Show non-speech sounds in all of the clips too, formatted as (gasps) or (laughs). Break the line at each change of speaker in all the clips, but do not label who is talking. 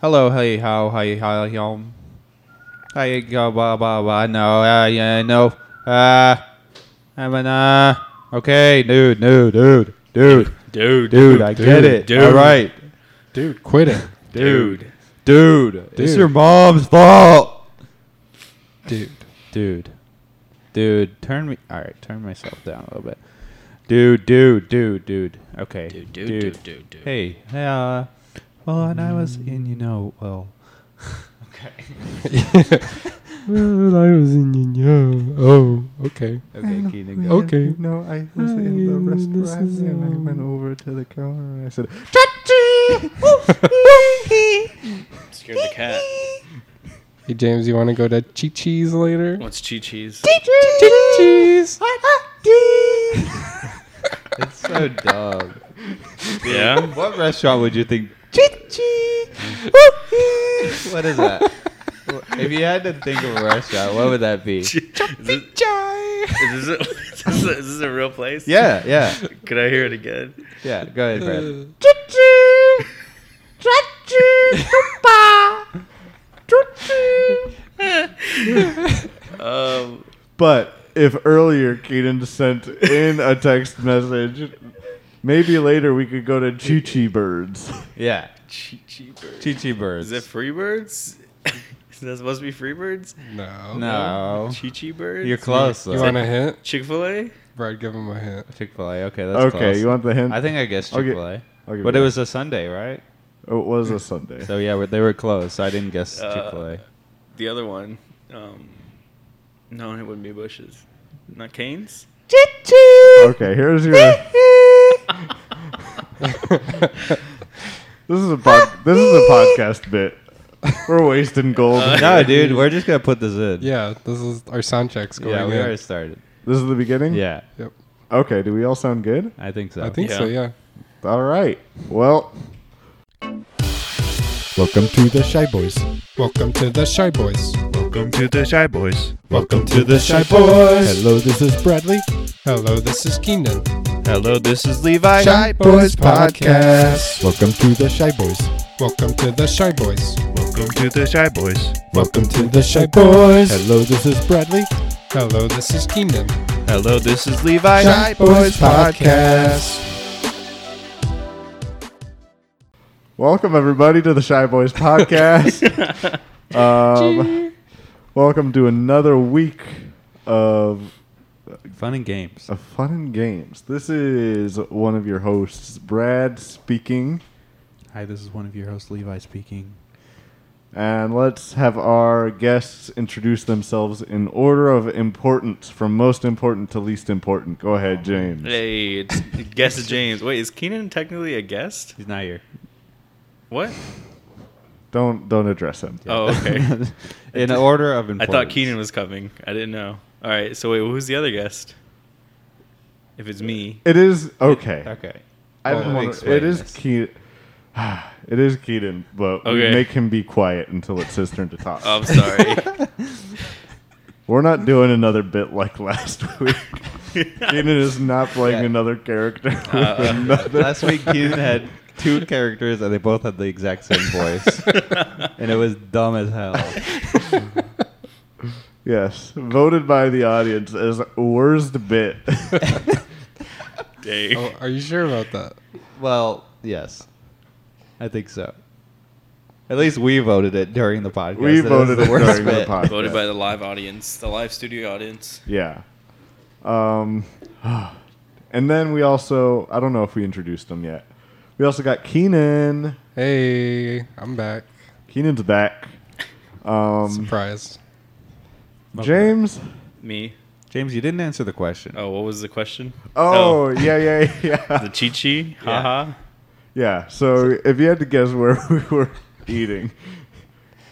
Hello, hey, how, hi, hi, yum. Hi, go, ba, ba, ba, no, uh, yeah, no. Uh, I'm an, uh, okay, dude, dude, dude, dude,
Dude,
dude, I get it.
Dude,
All right,
Dude, quit it.
dude.
dude, it's
Dude.
your mom's fault.
Dude.
Dude, dude, turn me, all right, turn myself down a little bit. Dude, dude, dude, dude, okay.
Dude, dude, dude, dude, dude.
Hey, hey, uh, well, and I was in, you know, well.
(laughs) well, I was in you. Oh, okay.
Okay, Keenan,
go. Okay.
No, I was in the
Hi, this
restaurant
is,
and I
um,
went over to the counter and I said,
Scared the cat.
Hey, James, you want to go to Chi Chi's later?
What's Chi Chi's?
Chi Chi's!
It's so dumb.
Yeah.
What restaurant would you think? What is that? if you had to think of a restaurant, what would that be?
Is this, is, this a, (laughs) is, this a, is this a real place?
Yeah, yeah,
Could I hear it again?
yeah. Go ahead, Brad.
Um,
but if earlier Keaton sent in a text message, maybe later we could go to Chi Chi Birds.
Yeah,
Chi Chi Birds.
Chichi Birds.
Is it Freebirds? (laughs) is that supposed to be Freebirds?
No.
no,
Chi Chi Birds?
you're close.
You
Though.
want a hint?
Chick fil A?
Brad, give him a hint. (laughs)
Chick Fil A? Okay, that's
Okay, you
close.
want the hint?
I think I guessed
I'll
Chick
get-
Fil A,
I'll give
but it
you
was a Sunday, right?
that. It was a Sunday.
So yeah, we're- they were close. I didn't guess
Uh,
Chick Fil A.
The other one. Um, no, it wouldn't be Bushes. Not
(laughs)
Canes? (laughs)
Okay, here's your. this is a pod, this is a podcast bit. We're wasting gold.
(laughs)
Uh,
No, dude, we're just gonna put this in.
yeah, this is our sound check's going
yeah, we
in.
already started.
this is the beginning.
Yeah,
Yep.
Okay. Do we all sound good?
I think so.
I think so, yeah.
All right. Well,
Welcome to the Shy Boys.
Welcome to the Shy Boys.
Welcome to the Shy Boys.
Welcome to the Shy Boys. Hello, this is Bradley.
Hello, this is Keenan.
Hello, this is Levi.
Welcome to the Shy Boys.
Welcome to the Shy Boys.
Welcome to the Shy Boys.
Welcome to the Shy Boys. Hello, this is Bradley.
Hello, this is Keenan.
Hello, this is Levi.
Podcast.
welcome everybody to the Shy Boys podcast. um, welcome to another week of
Fun and games.
of fun and games. This is one of your hosts, Brad, speaking.
Hi, this is one of your hosts, Levi speaking.
And let's have our guests introduce themselves in order of importance, from most important to least important. Go ahead, James.
Hey, it's guest is James. Wait, is Keenan technically a guest?
He's not here.
What?
Don't don't address him.
(laughs)
Oh, okay.
In order of
I
importance.
thought Keenan was coming. I didn't know. All right, so wait, who's the other guest? If it's
(laughs)
me,
It is okay.
Okay.
I
Well,
didn't
let me
want to,
explain
it is
this.
Keaton. (sighs) It is Keaton, but we
Okay.
make him be quiet until it's his turn to talk.
oh, (laughs) I'm sorry.
We're not doing another bit like last (laughs) week. Keaton is not playing
Yeah.
another character.
(laughs)
with
Uh,
another-
(laughs) Last week, Keenan had two characters, and they both had the exact same
(laughs)
voice, and it was dumb as hell.
(laughs) Yes, voted by the audience as worst
(laughs)
bit. (laughs)
Dang.
Oh, are you sure about that?
Well, yes, I think so. At least we voted it during the podcast.
we
It was
voted
the
it
worst
during the
bit.
podcast.
Voted by the live audience, the live studio audience.
Yeah. Um, (sighs) and then we also, I don't know if we introduced him yet. We also got Keenan.
Hey, I'm back.
Keenan's back. Um,
Surprise.
James.
Me.
James, you didn't answer the question.
Oh, what was the question?
Oh, yeah, yeah, (laughs) yeah.
The Chi Chi. Haha.
Yeah. So if you had to guess where (laughs) we were eating,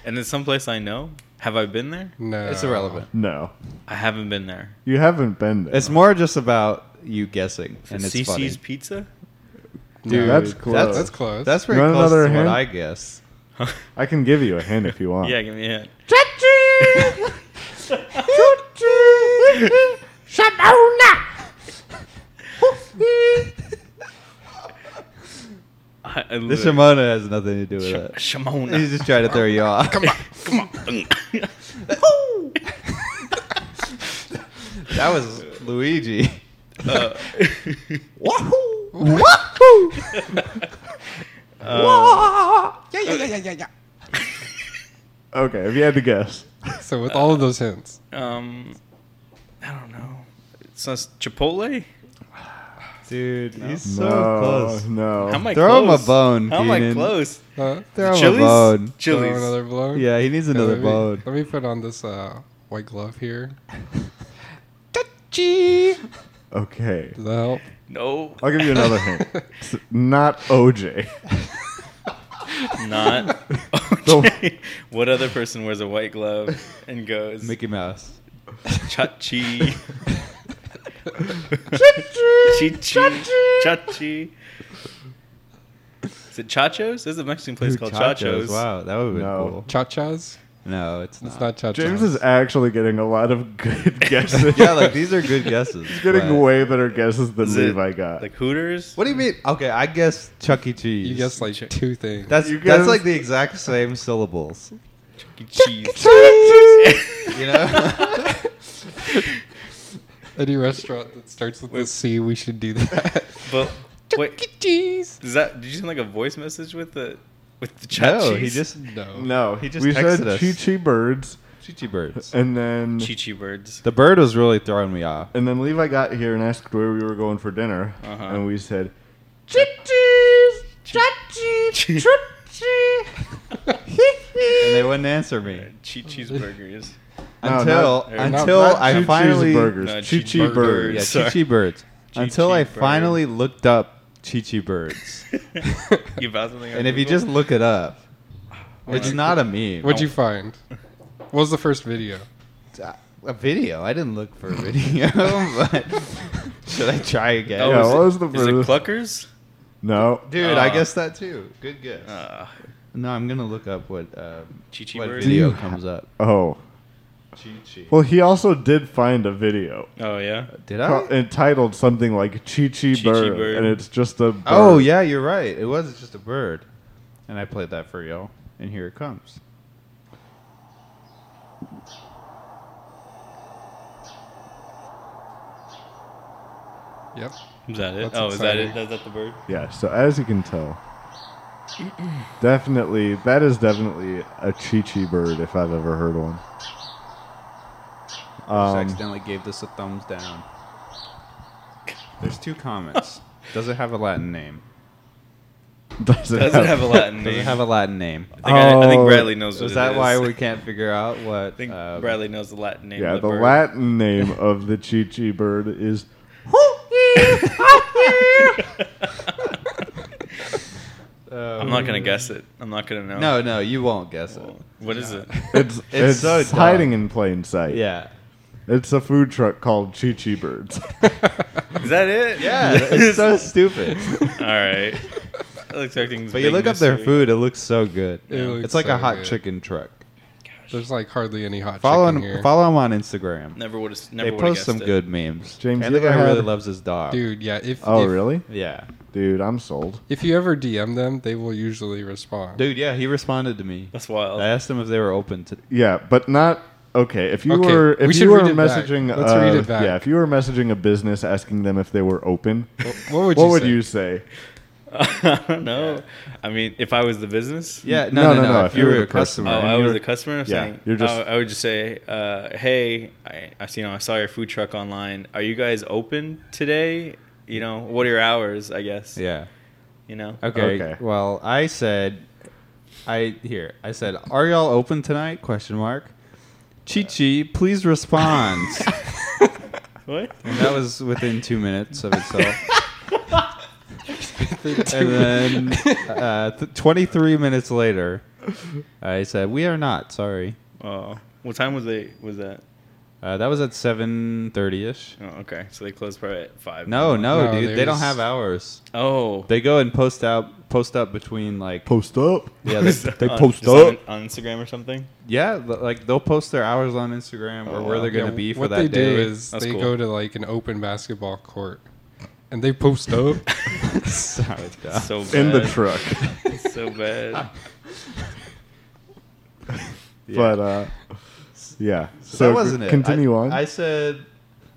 And then someplace I know. Have I been there?
No.
It's irrelevant.
no,
I haven't been there.
you haven't been there.
It's more just about you guessing, and it's funny.
CC's Pizza.
Dude,
that's close.
that's-
That's close.
That's pretty
want
close to
another
what
hint?
I guess.
I can give you a hint if you
(laughs)
want.
Yeah, give me a hint. I, I
This
literally-
Shimona has nothing to do with it.
Shimona.
Uh, (laughs) He's just trying to throw you off.
come on,
(coughs)
come on.
(laughs) that was Luigi.
Uh, (laughs)
Wahoo! Wahoo! Wah! Yeah, yeah, yeah, yeah, yeah, yeah.
(laughs) Okay, if you had to guess.
So with all of those hints,
um, I don't know. It's not Chipotle.
Dude, he's so
no,
close.
No.
How am I
Throw him a
close?
bone,
How am I
Keenan.
close?
huh?
Throw him a
Chili's?
bone.
Throw
Chili's.
another blow.
Yeah, he needs
Okay,
another
let me,
bone.
Let me put on this uh, white glove here.
Touchy.
Okay.
Does that help?
No,
I'll give you another hint. It's not OJ.
(laughs)
not. Okay. what other person wears a white glove and goes
Mickey Mouse. (laughs)
chachi?
Chachi.
Chichi. Chachi. Is it Chachos? There's a Mexican place
Dude,
called Chachos.
Wow, that would have been
No.
cool.
Cha-chas?
No, it's not.
It's not cha-chas.
James is actually getting a lot of good
(laughs)
guesses.
yeah, like these are good guesses.
(laughs) He's getting
but-
way better guesses than
Is it
Levi got.
Like Hooters?
What do you mean? Okay, I guess Chuck E. Cheese.
You guessed like
Ch-
two things.
That's
You
that's
guys-
like the exact same
(laughs)
syllables.
Cheese.
You know?
Any restaurant that starts with the C, we should do that. (laughs)
But wait, Is that? Did you send like a voice message with the with the chat?
no, he just
No.
no, he just
we
texted
said
us.
Chi Chi Birds,
Chichi birds.
and then
Chichi birds.
The bird was really throwing me off.
and then Levi got here and asked where we were going for dinner,
Uh-huh.
and we said
(laughs)
And they wouldn't answer me
Chichi's uh, burgers.
No,
until
not-
until
not
I
Chi Chi's
finally
burgers,
No,
Chi
Chi Birds.
Chi
yeah,
Birds.
Sorry.
Chichi
(laughs)
birds until I
Chichi bird.
finally looked up Chichi birds.
You found something. on
and if you
Google?
just look it up, it's
you-
not a meme.
What'd you find? What was the first video?
Oh, a video. I didn't look for a video, (laughs)
(laughs)
but should I try again?
oh,
Yeah,
is
what
it-
was the
Is it
first-
Cluckers?
No,
Dude, I
Uh,
guess that too. Good guess.
Uh,
no, I'm gonna look up what um,
Chichi
what
birds.
video
Do you
comes up.
oh. Well, he also did find a video
Oh yeah.
Did
ca-
I?
entitled something like Chi
Chi
Chi
Chi
Bird,
Bird.
and it's just a bird.
Oh yeah, you're right. It was just a bird, and I played that for y'all. And here it comes. (laughs)
Yep.
Is that it?
That's
oh, is that it?
exciting.
Is that the bird?
Yeah, so as you can tell, definitely, that is definitely a Chi Chi bird if I've ever heard one.
Just (laughs)
Um,
accidentally gave this a thumbs down. There's two
(laughs)
comments. Does it have a Latin name?
does it
Doesn't have a Latin
Does
name.
it have a Latin name?
I think, I, I think
Oh.
Bradley knows what
Is
it
that why
is.
we can't figure out
(laughs)
what?
I think
um, (laughs)
Bradley (laughs) knows the Latin name.
Yeah,
of
the
the, bird.
Latin name of the Chi Chi bird
(laughs)
is.
(laughs)
(laughs)
uh,
I'm not gonna guess it. I'm not gonna know.
No, no, you won't guess it.
What is it?
(laughs)
It's, it's,
so dumb.
hiding in plain sight.
Yeah.
It's a food truck called Chi Chi Birds. (laughs)
Is that
(laughs)
it?
(laughs)
(laughs)
Yeah, it's so stupid.
All right. I was expecting. this
But you
big
look up their
mystery.
food; it looks so good.
It looks
it's like
so
a hot
good.
chicken truck.
(laughs) There's like hardly any hot
Follow
chicken
him,
here.
follow him on Instagram.
Never would have.
They
Never would've
post some
guessed it.
good memes.
James,
and
you
the guy
ever
really
had-
loves his dog.
Dude, yeah. If
Oh,
if-
really?
Yeah,
Dude, I'm sold.
If you ever DM them, they will usually respond.
dude. Yeah, he responded to me.
That's wild.
I asked him if they were open to.
Yeah, but not okay. If you
Okay,
were
we
if
should
you were
read it back.
messaging,
Let's
uh,
read it back.
yeah, if you were messaging a business asking them if they were open,
Wh- What would you
what would
say?
you say?
(laughs) I don't know. I mean, if I was the business,
Yeah, no, no, no. if, you were a
the customer.
Oh,
customer,
I
you're-
was the customer.
yeah,
saying,
you're just-
I, I would just say, uh, "Hey, I, I, you know, I saw your food truck online. Are you guys open today? You know, what are your hours? I guess.
yeah.
You know.
Okay.
Okay.
Well, I said, I here. I said, "Are y'all open tonight?" Question mark. Chichi, please respond. (laughs)
(laughs)
What?
and that was within two minutes of itself. and then uh, th- 23 minutes later, I said, "We are not sorry."
Oh, what time was they? Was that?
Uh, that was at 7:30 ish.
Oh, okay. So they closed probably at five.
No, no,
No,
dude,
they
they don't
was-
have hours.
Oh.
They go and post out, post up between like,
Post up.
(laughs)
yeah,
(laughs)
they, they
On-
post
just
up.
on, on Instagram or (laughs) something.
Yeah, li- like they'll post their hours on Instagram or
Oh,
where
wow.
they're gonna
Yeah,
be for
what
that (laughs)
they
day.
do is
That's
they
(laughs)
cool.
go to like an open basketball court and they post up
so bad.
in the truck. (laughs)
so bad.
(laughs)
But uh, yeah. So,
that wasn't it.
Continue
I-
on.
I said,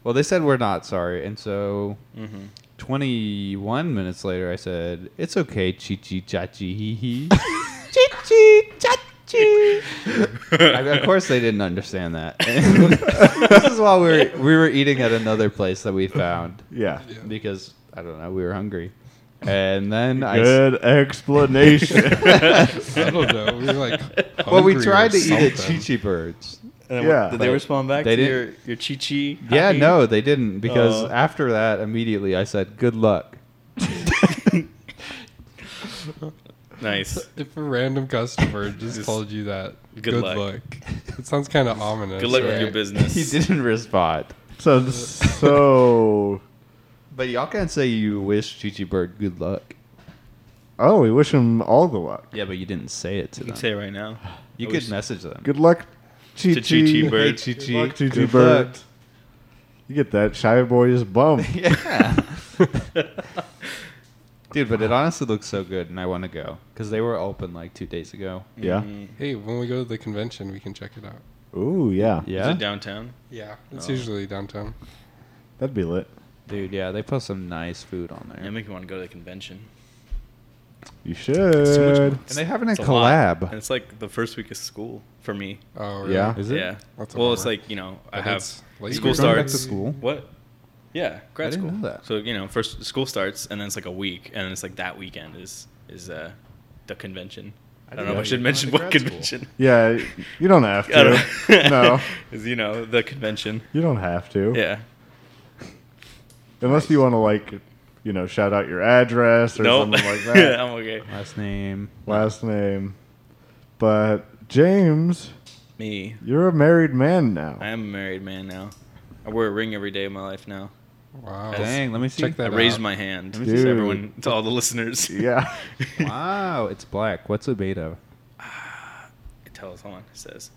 well, they said we're not sorry, and so
Mm-hmm. (laughs)
21 minutes later, I said it's okay, chi chi chachi hee
(laughs)
hee, chi chi chachi. I mean, of course, they didn't understand that. (laughs) this is while we were we were eating at another place that we found
yeah.
because I don't know we were hungry, and then I. s-
Good explanation.
I don't know. We were like.
Well, we
hungry or
tried to eat at Chi
something.
Chi Birds.
And
Yeah.
Did they
But
respond back
they
to
didn't-
your your chi chi?
Yeah, no, they didn't because
Uh.
Oh.
after that, immediately I said, "Good luck."
(laughs)
(laughs)
Nice.
If a random customer just,
Just-
told you that,
good
good,
luck.
luck. It sounds kind of ominous.
Good luck with
right?
your business.
(laughs) He didn't respond.
so so.
But y'all can't say you wish Gigi Bird good luck.
Oh, we wish him all the luck.
Yeah, but you didn't say it to
You can say it right now.
You
I
could
wish-
message them.
Good luck, Chi
To Chi Chi Bird.
Hey,
Chi
Good luck,
Chi
Chi
Chi
Chi Bird. You get that shy
(laughs)
boy's bump.
(laughs) Yeah. (laughs) Dude, but it honestly looks so good, and I want to go because they were open like two days ago.
yeah.
Mm-hmm.
Hey, when we go to the convention, we can check it out.
Ooh, yeah.
Is
Yeah,
it downtown?
Yeah, it's
Oh.
usually downtown.
That'd be lit.
dude. Yeah, they put some nice food on there,
Yeah, make you want to go to the convention.
You should.
and they having a
It's a lot.
collab.
And it's like the first week of school for me.
Oh, really?
Yeah.
Is it?
Yeah.
That's a
well, it's
bummer.
like you know I
But
have
it's late.
school
You're
going back
starts.
to school?
What? Yeah, grad
I didn't
school.
know that.
So you know, first school starts, and then it's like a week, and then it's like that weekend is is uh, the convention. I, don't know if I
didn't
should
know you
mention
went
what
to grad
convention.
Yeah, you don't have
(laughs) I
to.
don't- (laughs)
(laughs) no,
'Cause, you know the convention.
you don't have to.
Yeah.
Unless you want to, like, you know, shout out your address or
Nope.
something
(laughs)
like that.
I'm okay.
Last name.
Last name. But, James,
Me.
you're a married man now.
I am a married man now. I wear a ring every day of my life now.
Wow. (laughs)
Dang, let me see.
Check
I
that
raised
out.
my hand
me see.
to everyone, to all the listeners. (laughs)
yeah.
(laughs) Wow, it's black. What's a beta?
It tells on. It says.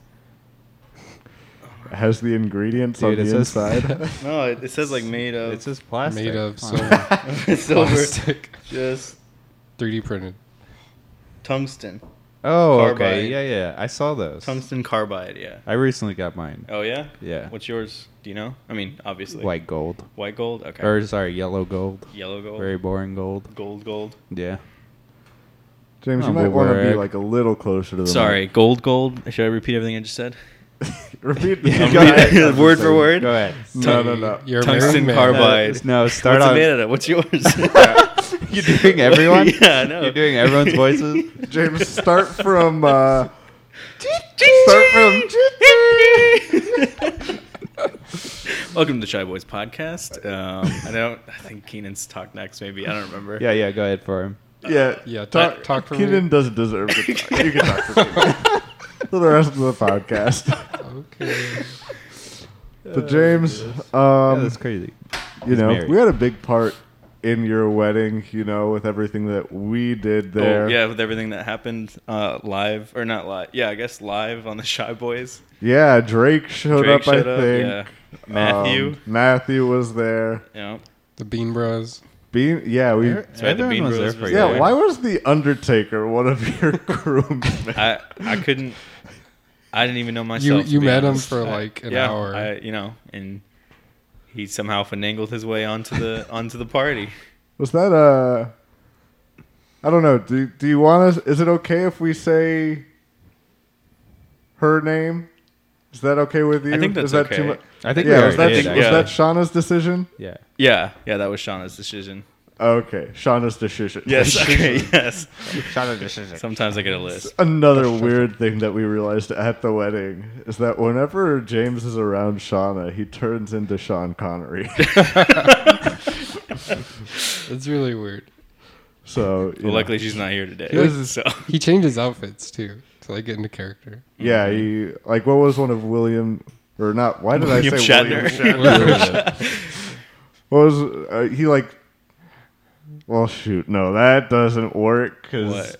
It (laughs) has the ingredients
Dude, it
on the
says-
inside.
(laughs)
No, it, it says like made of.
It's just plastic.
Made of
Come on.
silver,
silver.
plastic,
Just
3D printed.
tungsten.
(laughs) Oh, okay.
Carbide.
Yeah, yeah. I saw those.
Tungsten carbide, yeah.
I recently got mine.
Oh yeah?
Yeah.
What's yours? Do you know? I mean, obviously.
White gold.
White gold? Okay.
Or sorry, yellow gold.
Yellow gold.
Very boring gold.
Gold gold. (laughs)
Yeah.
(laughs) James,
Oh,
you might want to be,
Warwick.
like, a little closer to the
Sorry, gold gold. Should I repeat everything I just said?
mic. (laughs)
(laughs)
Repeat the
Yeah,
entire
repeat it word for
episode.
word.
Go ahead.
No, no, no.
(laughs) You're a
Tungsten
married man.
carbide.
No, start
What's it made
on.
out of?
(laughs)
What's yours?
You're doing everyone.
(laughs) yeah, I know.
You're doing everyone's
(laughs)
voices.
(laughs) James, start from, uh,
start from.
(laughs) Welcome to Shy Boys Podcast. Um, I don't I think Keenan's talk next, maybe. I don't remember.
Yeah, yeah. Go ahead for him.
yeah.
Yeah,
But-
talk, talk for
Keenan
me.
doesn't deserve to talk. You can talk
(laughs)
for Keenan. For the rest of the podcast.
Okay.
But James,
Yeah,
um,
that's crazy.
you know,
married.
we had a big part in your wedding. You know, with everything that we did
Oh,
there.
yeah, with everything that happened uh, live or not live. Yeah, I guess live on the Shy Boys.
Yeah, Drake showed
Drake
up.
showed
I
up,
think
yeah. Matthew.
Um, Matthew was there.
yeah.
The Bean Bros.
Bean, yeah, we.
Sorry, the Bean
Everyone was there
Bros
for
was
you.
Yeah,
there.
why was the Undertaker one of your (laughs) crewmen?
I I couldn't. I didn't even know myself.
You-
to
you
be
met him
honest.
for,
I-
like, an
yeah,
hour.
I, you know, and he somehow finagled his way onto the (laughs) onto the party.
Was that uh I don't know. Do do you want us? Is it okay if we say her name? Is that okay with you?
I think
is
that's
that
okay.
much?
I think we
yeah, was that,
already
was
did.
yeah.
that Shauna's decision?
Yeah.
Yeah, yeah, that was Shauna's decision.
Okay, Shauna's decision.
Yes, (laughs) okay,
(laughs)
yes.
Shot decision.
Sometimes I get a list. (laughs)
Another weird thing that we realized at the wedding is that whenever James is around Shauna, he turns into Sean Connery. (laughs)
It's really weird.
so you
Well,
know.
luckily she's not here today.
was-
So
He changes outfits too to like get into character.
yeah, he like what was one of William or not? Why did
William
I say
(laughs)
William
Shatner.
Shatner? (laughs) What was uh, he like? Well, shoot, no, that doesn't work because
What?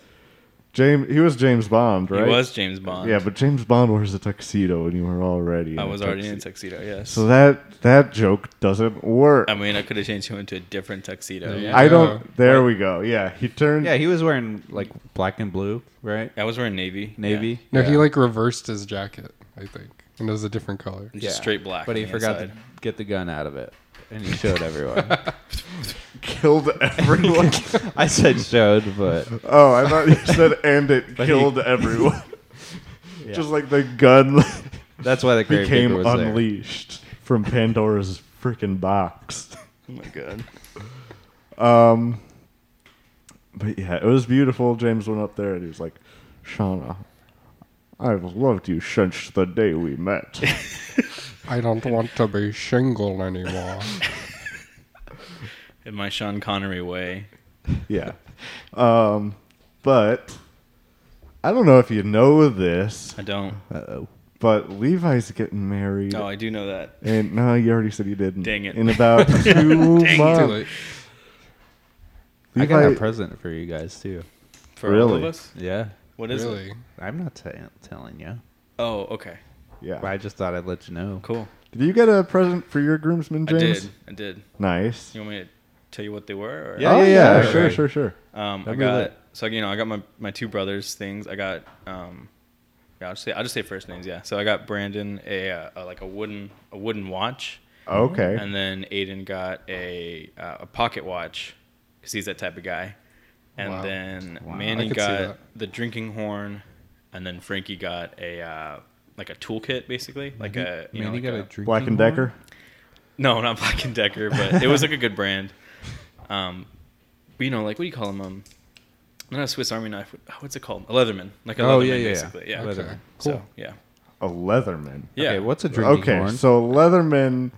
James, he was James Bond,
He
right?
was James Bond.
Yeah, but James Bond wears a tuxedo, and you were already.
I
in a
was already in a
tuxedo.
tuxedo. Yes.
So that that joke doesn't work.
I mean, I could have changed him into a different tuxedo.
Yeah.
I don't. There we go. Yeah, he turned.
Yeah, he was wearing like black and blue, right?
I was wearing navy.
Navy.
No, he
Yeah.
like reversed his jacket, I think, and it was a different color.
Yeah. Just
Yeah.
straight black.
But
on
he
the
forgot to
inside.
get the gun out of it, and he showed everyone. (laughs)
killed everyone.
I said showed, but
(laughs) oh, I thought you
(laughs)
said and it
But he-
killed everyone. Just like the gun (laughs)
that's why the grave
became
was there.
unleashed from Pandora's freaking box. (laughs)
Oh my god.
Um, but yeah, it was beautiful. James went up there and he was like, "Shauna, I've loved you since the day we met."
I don't want to be shingle
(laughs)
anymore.
In my Sean Connery way.
yeah. Um, but I don't know if you know this, uh,
I don't.
Uh-oh.
but Levi's getting married.
No, I do know that.
And no, you already said you
(laughs)
didn't.
Dang it.
In about two
it.
Too
months.
late.
I got a
Levi-
present for you guys too.
For all of
Really?
us.
Yeah,
What is it?
Really?
I'm not t- telling you.
Oh, okay.
But
Yeah.
I just thought I'd let you know.
Cool.
Did you get a present for your groomsman, James?
I did. I did.
Nice.
You want me to tell you what they were? Or?
Yeah,
oh,
yeah,
yeah,
yeah,
Sure,
right.
sure, sure.
Um, I
That'd be
got
lit.
so you know I got my my two brothers things. I got um, yeah, I'll just say I'll just say first names. Yeah. So I got Brandon a, uh a like a wooden a wooden watch,
Okay.
Oh. and then Aiden got a uh, a pocket watch because he's that type of guy. And
Wow.
then
Wow.
Manny
I could see
got
that.
the drinking horn, and then Frankie got a uh, like a toolkit basically, like a you know,
Manny
like
got
a-
a drinking
Black and
horn?
Decker.
no, not Black and Decker, but it was like a good brand. Um, but you know, like what do you call them? Um, not a Swiss Army knife. What- What's it called? A Leatherman, like a
Oh,
Leatherman,
yeah, yeah, yeah.
basically. Yeah.
Leatherman.
Okay.
So yeah,
A Leatherman.
yeah.
Okay, what's a drinking
Okay,
horn?
so Leatherman.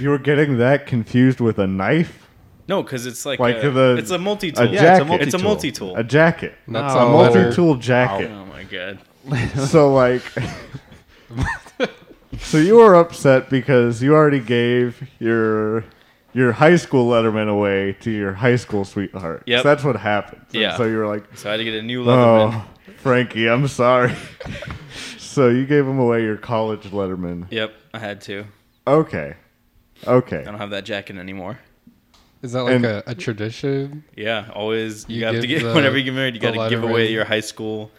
You were getting that confused with a knife,
No, because it's like,
Like
a,
the-
it's a multi
a
tool.
Yeah, it's a
it's a
multi-tool.
multi tool.
a jacket,
That's
No.
a
a letter.
multi-tool jacket.
Oh my god.
so
(laughs)
like so you were upset because you already gave your your high school letterman away to your high school sweetheart Yeah,
Yep.
so that's what happened so,
Yeah.
so you were like
So I had to get a new Leatherman.
oh frankie i'm sorry
(laughs)
so you gave him away your college letterman
Yep, I had to.
okay
I
okay
don't have that jacket anymore.
Is that like
And-
a, a tradition?
Yeah, always. You,
You
have to
give
get (laughs)
the-
whenever you get married, you
the
got to give away
Leatherman.
your high school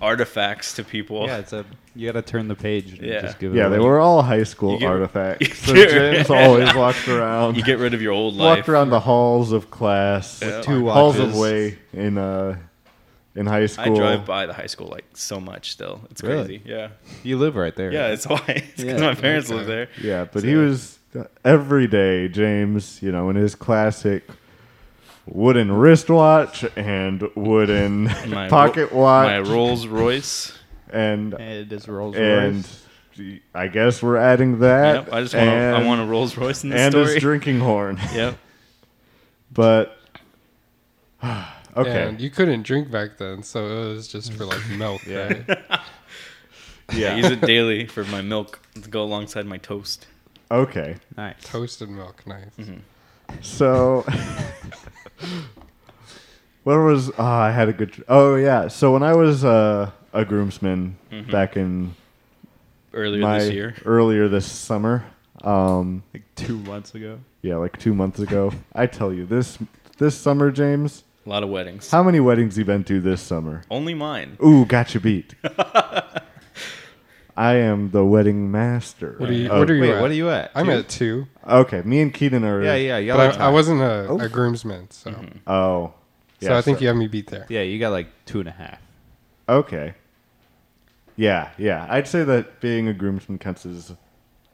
artifacts to people.
Yeah, it's a you got to turn the page and
Yeah.
just give it.
yeah they
away.
were all high school
You get- (laughs)
artifacts so
you get-
james always walked around
You get rid of your old life.
walked around the halls of class
With
two
halls
watches.
of way in uh in high
I
school
drive by the high school like so much still. It's
Really?
crazy. Yeah.
You live right there.
Yeah, it's (laughs) why. It's because
Yeah,
my parents live there.
Yeah, but
So-
he was uh, every day, James, you know, in his classic wooden wristwatch and
(laughs)
wooden
My
pocket
Ro- My
watch
Rolls Royce.
and
And it is Rolls
and
Royce.
I guess we're adding that.
Yep. I just want. to I
and-
want a Rolls Royce in the
and his
story.
drinking
(laughs)
horn.
Yep.
But (sighs) okay.
And you couldn't drink back then, so it was just for like milk.
Yeah.
Right?
Yeah. I use it daily for my milk to go alongside my toast.
Okay.
Nice.
Toasted milk, nice.
So, where was ah, I had a good. tr- Oh yeah. So when I was uh, a groomsman back in
Mm-hmm. Earlier
my
this year.
earlier this summer, um,
Like two months ago.
yeah, like two months ago. I tell you this this summer, James.
A lot of weddings.
How many weddings you been to this summer?
Only mine.
Ooh, got
(laughs)
you beat. I am the wedding master.
What are you?
of-
What are you?
Wait,
at?
what are you at?
I'm
Two?
at two,
Okay, me and Keaton are.
Yeah, yeah, y'all.
but
are
I, I
tied.
wasn't a,
Oh.
a groomsman, so
Oh,
so
yeah,
I think you have me beat there.
Yeah, you got like two and a half.
Okay. Yeah, yeah. I'd say that being a groomsman counts as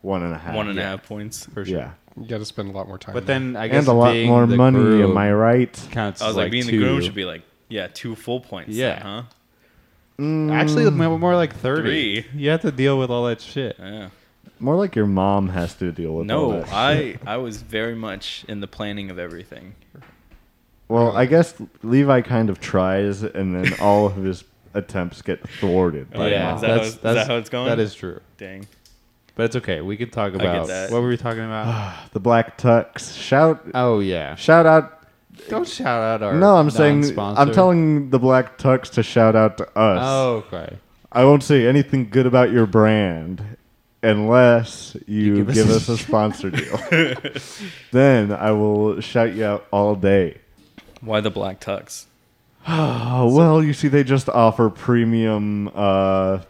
one and a half.
One and a half points.
For sure.
Yeah,
You got to spend a lot more time.
But
there.
then I guess
and a lot
being
more
the
money.
groom
Am I right?
Counts.
I was
as,
like,
like
being
two.
the groom should be like, yeah, two full points. then,
Yeah.
huh?
actually more more like thirty.
Three.
You have to deal with all that shit.
Yeah.
More like your mom has to deal with. all
No,
that
I (laughs) I was very much in the planning of everything.
Well, I guess Levi kind of tries, and then all of his attempts get thwarted.
Oh,
By
yeah.
mom.
Is that how it's- is that how it's going?
That is true.
Dang.
But it's okay. We can talk about
that.
what were we talking about?
the black tux. Shout
oh yeah.
shout out
Don't shout out our
No, I'm saying I'm
non-sponsor.
telling the Black Tux to shout out to us.
Oh, okay.
I won't say anything good about your brand unless you,
give
give,
us
us,
a-
a sponsor deal. then I will shout you out all day.
Why the black tux?
Oh, well, you see, they just offer premium uh,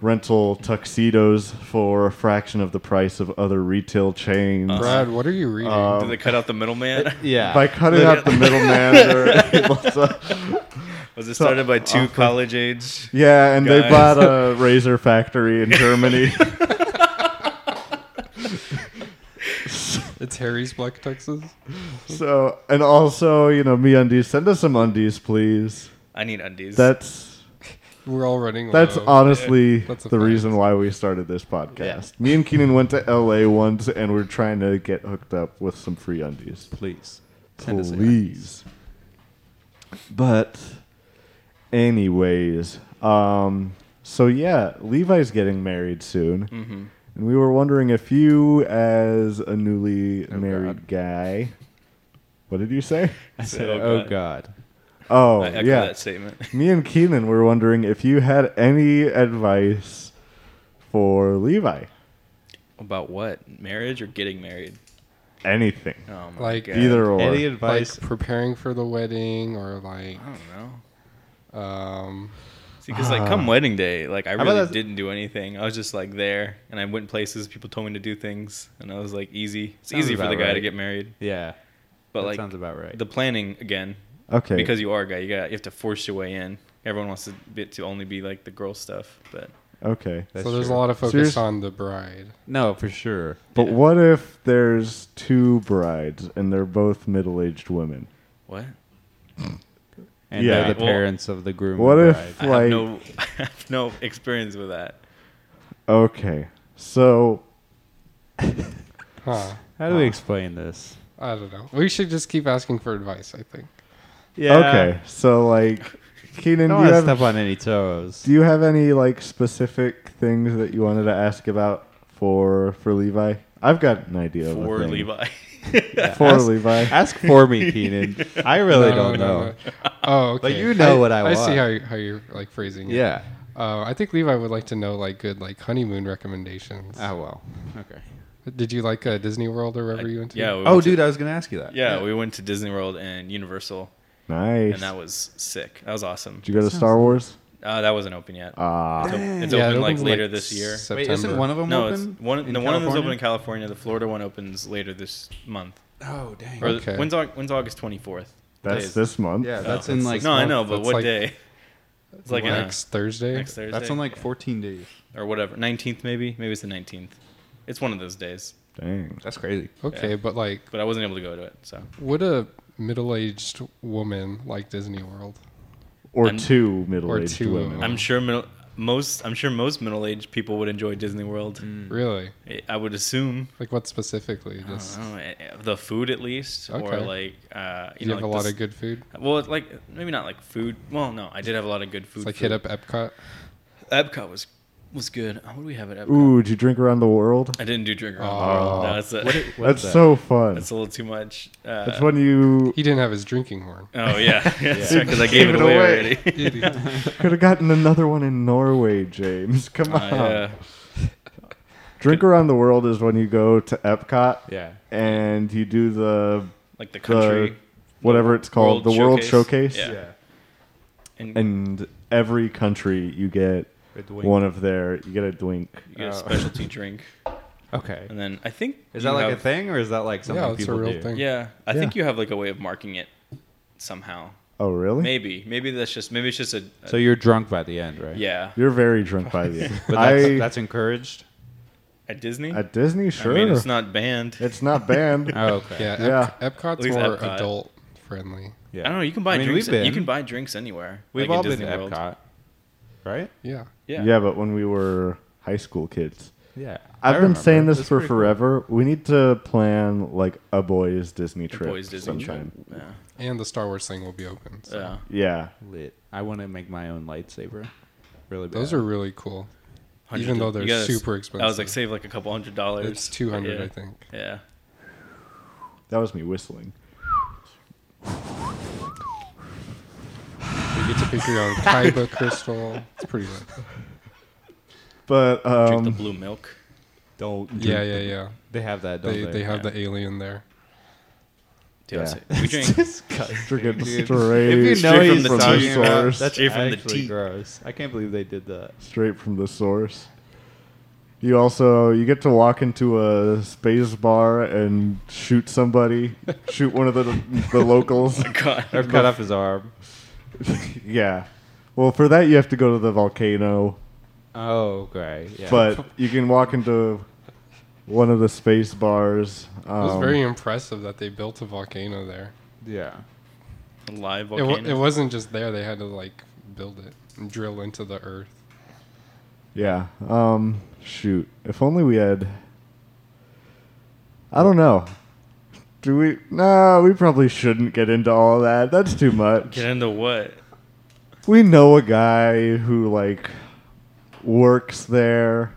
rental tuxedos for a fraction of the price of other retail chains.
Brad, what are you reading?
uh,
Did they cut out the middleman?
Yeah.
By cutting out the middleman, they're able to.
(laughs) Was it started by two college age?
Yeah, and they
Guys.
bought a razor factory in Germany. (laughs)
it's Harry's Black Texas.
so, and also, you know, me undies, send us some undies, please.
I need undies.
That's
We're all running.
that's
low. (laughs)
honestly
That's a
the
fact.
reason why we started this podcast. Me and Keenan went to LA once, and we're trying to get hooked up with some free undies.
please. Send us a-
please. But, anyways, um, so yeah, Levi's getting married soon,
Mm-hmm.
and we were wondering if you, as a newly
Oh,
married guy, what did you say?
I
(laughs) So,
said, (laughs)
oh,
oh
God.
God.
Oh,
I echo
yeah.
that statement. (laughs)
Me and Keenan were wondering if you had any advice for Levi.
About what? Marriage or getting married?
Anything.
Oh my
Like
God.
Either or.
Any
like
advice?
preparing for the wedding or like
I don't know.
um
Because like come wedding day, like I
Ah. about
really
that-
didn't do anything. I was just like there, and I went places. People told me to do things, and I was like easy. It's
Sounds
easy for the
about
guy to
right.
get married,
yeah.
but
that
like
sounds about right.
the planning again,
Okay.
because you are a guy, you got you have to force your way in. Everyone wants to be, to only be like the girl stuff, but
okay.
That's
so there's
true.
a lot of focus
Serious-
on the bride.
No, for sure.
But
Yeah.
what if there's two brides and they're both middle-aged women?
what?
And
Yeah.
they're the
Well,
parents of the groom.
What
and
if
bride.
I
like
have no (laughs) I have no experience with that.
okay, so
Huh.
How do we explain this?
I don't know. We should just keep asking for advice, I think.
Yeah.
okay, so like
(laughs)
Don't
Keenan, do you
want to
have
step on any toes.
(laughs) do you have any like specific things that you wanted to ask about for for Levi? I've got an idea of a
For
thing.
Levi, (laughs)
For
Ask-
Levi.
Ask for me, Keenan. I really
No,
don't
no,
know.
no. Oh,
(laughs)
okay.
But you know what I
I see
want.
how you, how you're like phrasing it.
Yeah.
Uh, I think Levi would like to know like good like honeymoon recommendations.
Oh well. Okay.
Did you like uh, Disney World or wherever you went to?
yeah. We
Oh,
went to-
dude, I was gonna ask you that.
yeah, we went to Disney World and Universal,
Nice.
and that was sick. That was awesome.
Did you go to Star Wars?
Uh, that wasn't open yet.
Ah,
It's o- it's
Yeah, it
open like
opens,
later this year.
Wait,
September.
isn't one of them
No,
open?
it's one.
in
The one of them's open in
California?
California. The Florida one opens later this month.
Oh dang.
Or
Okay.
when's, Aug- when's August twenty fourth?
that's this month.
Yeah,
No,
Oh, that's in like
no, I know, but
that's
what
like-
day? It's like in a-
next Thursday.
next Thursday.
That's in like 14 days.
or whatever. Nineteenth, maybe. Maybe it's the nineteenth. It's one of those days.
Dang.
That's crazy.
okay, but like,
But I wasn't able to go to it. So
would a middle-aged woman like Disney World?
Or
I'm-
two middle-aged
two.
women.
I'm sure middle, most. I'm sure most middle aged people would enjoy Disney World.
Mm. Really?
I- I would assume.
Like what specifically?
Mm. I
Just
don't know, eh, eh, the food at least, or
Okay.
like uh, you
you,
know,
have
like
a lot
this-
of good food.
Well, it's like maybe not like food. Well, no, I did have a lot of good food.
It's like
food.
hit up Epcot.
Epcot was was good. Oh, What do we have at Epcot?
Ooh, did you drink around the world?
I didn't do drink around
Aw.
the world. No, that's a,
That's so
(laughs)
fun.
that's a little too much. Uh,
That's when you
He didn't have his drinking horn.
Oh yeah, (laughs)
(laughs)
because I gave it away, already.
Idiot.
(laughs)
could have gotten another one in Norway, James. (laughs) Come on.
Uh, yeah.
Drink Around the World is when you go to Epcot
Yeah.
and you do the
like the country
the whatever it's called,
World
the World
Showcase?
Showcase.
Yeah. and,
And every country you get one of their you get a drink.
you get a
Oh.
specialty drink,
Okay.
and then I think
Is
you
that like a
have-
thing, or is that like something
yeah, it's a
people
real
do?
thing.
Yeah, I
Yeah.
think you have like a way of marking it somehow.
Oh really?
Maybe, maybe that's just maybe it's just a, a
So you're drunk by the end, right?
yeah
You're very drunk
(laughs)
by the end.
But that's,
I
that's (laughs) encouraged.
at Disney.
at Disney, sure.
I mean, it's not banned.
It's not banned.
(laughs) Oh, okay.
Yeah, Ep-
Yeah.
Epcot's
least
more
Epcot.
adult friendly.
Yeah.
I don't know. You can buy
I mean,
drinks.
we've
You
been.
can buy drinks anywhere.
We've
like
all
in
been
Disney
to
World.
Epcot, right?
Yeah.
Yeah.
yeah, but when we were high school kids.
Yeah. I
I've been
remember.
saying this
It's
for
pretty cool.
forever. We need to plan like a boys Disney
The
trip
boys Disney trip.
sometime.
Yeah.
And the Star Wars thing will be open. So.
Yeah.
Yeah,
Lit. I want to make my own lightsaber. Really bad.
Those are really cool. Even though they're
You gotta-
super
I was like
expensive.
save like a couple hundred dollars.
It's 200,
yeah.
I think.
Yeah.
that was me whistling.
get to pick your own Kaiba (laughs) crystal. It's pretty good.
But
Drink the
um,
blue milk.
Don't.
Yeah, yeah, yeah.
They have that. Don't
They,
they?
they
(laughs)
have
Yeah.
the alien there.
Dude, I
Yeah.
say- we drink.
(laughs)
drink it
Dude.
straight,
If you know
straight
he's
from the
talking about,
source.
that's
Straight from the
actually
teat.
gross. I can't believe they did that.
straight from the source. You also you get to walk into a space bar and
(laughs)
shoot somebody, shoot one of the the locals. (laughs)
Or
God.
cut off his arm.
yeah. Well, for that you have to go to the volcano,
Oh, okay. Yeah.
but you can walk into one of the space bars.
It was
um,
very impressive that they built a volcano there.
yeah.
Live
It,
volcano.
w- it wasn't just there; they had to like build it and drill into the earth.
Yeah. Um shoot. If only we had I don't know. Do we No, we probably shouldn't get into all of that. That's too much.
Get into what?
We know a guy who like works there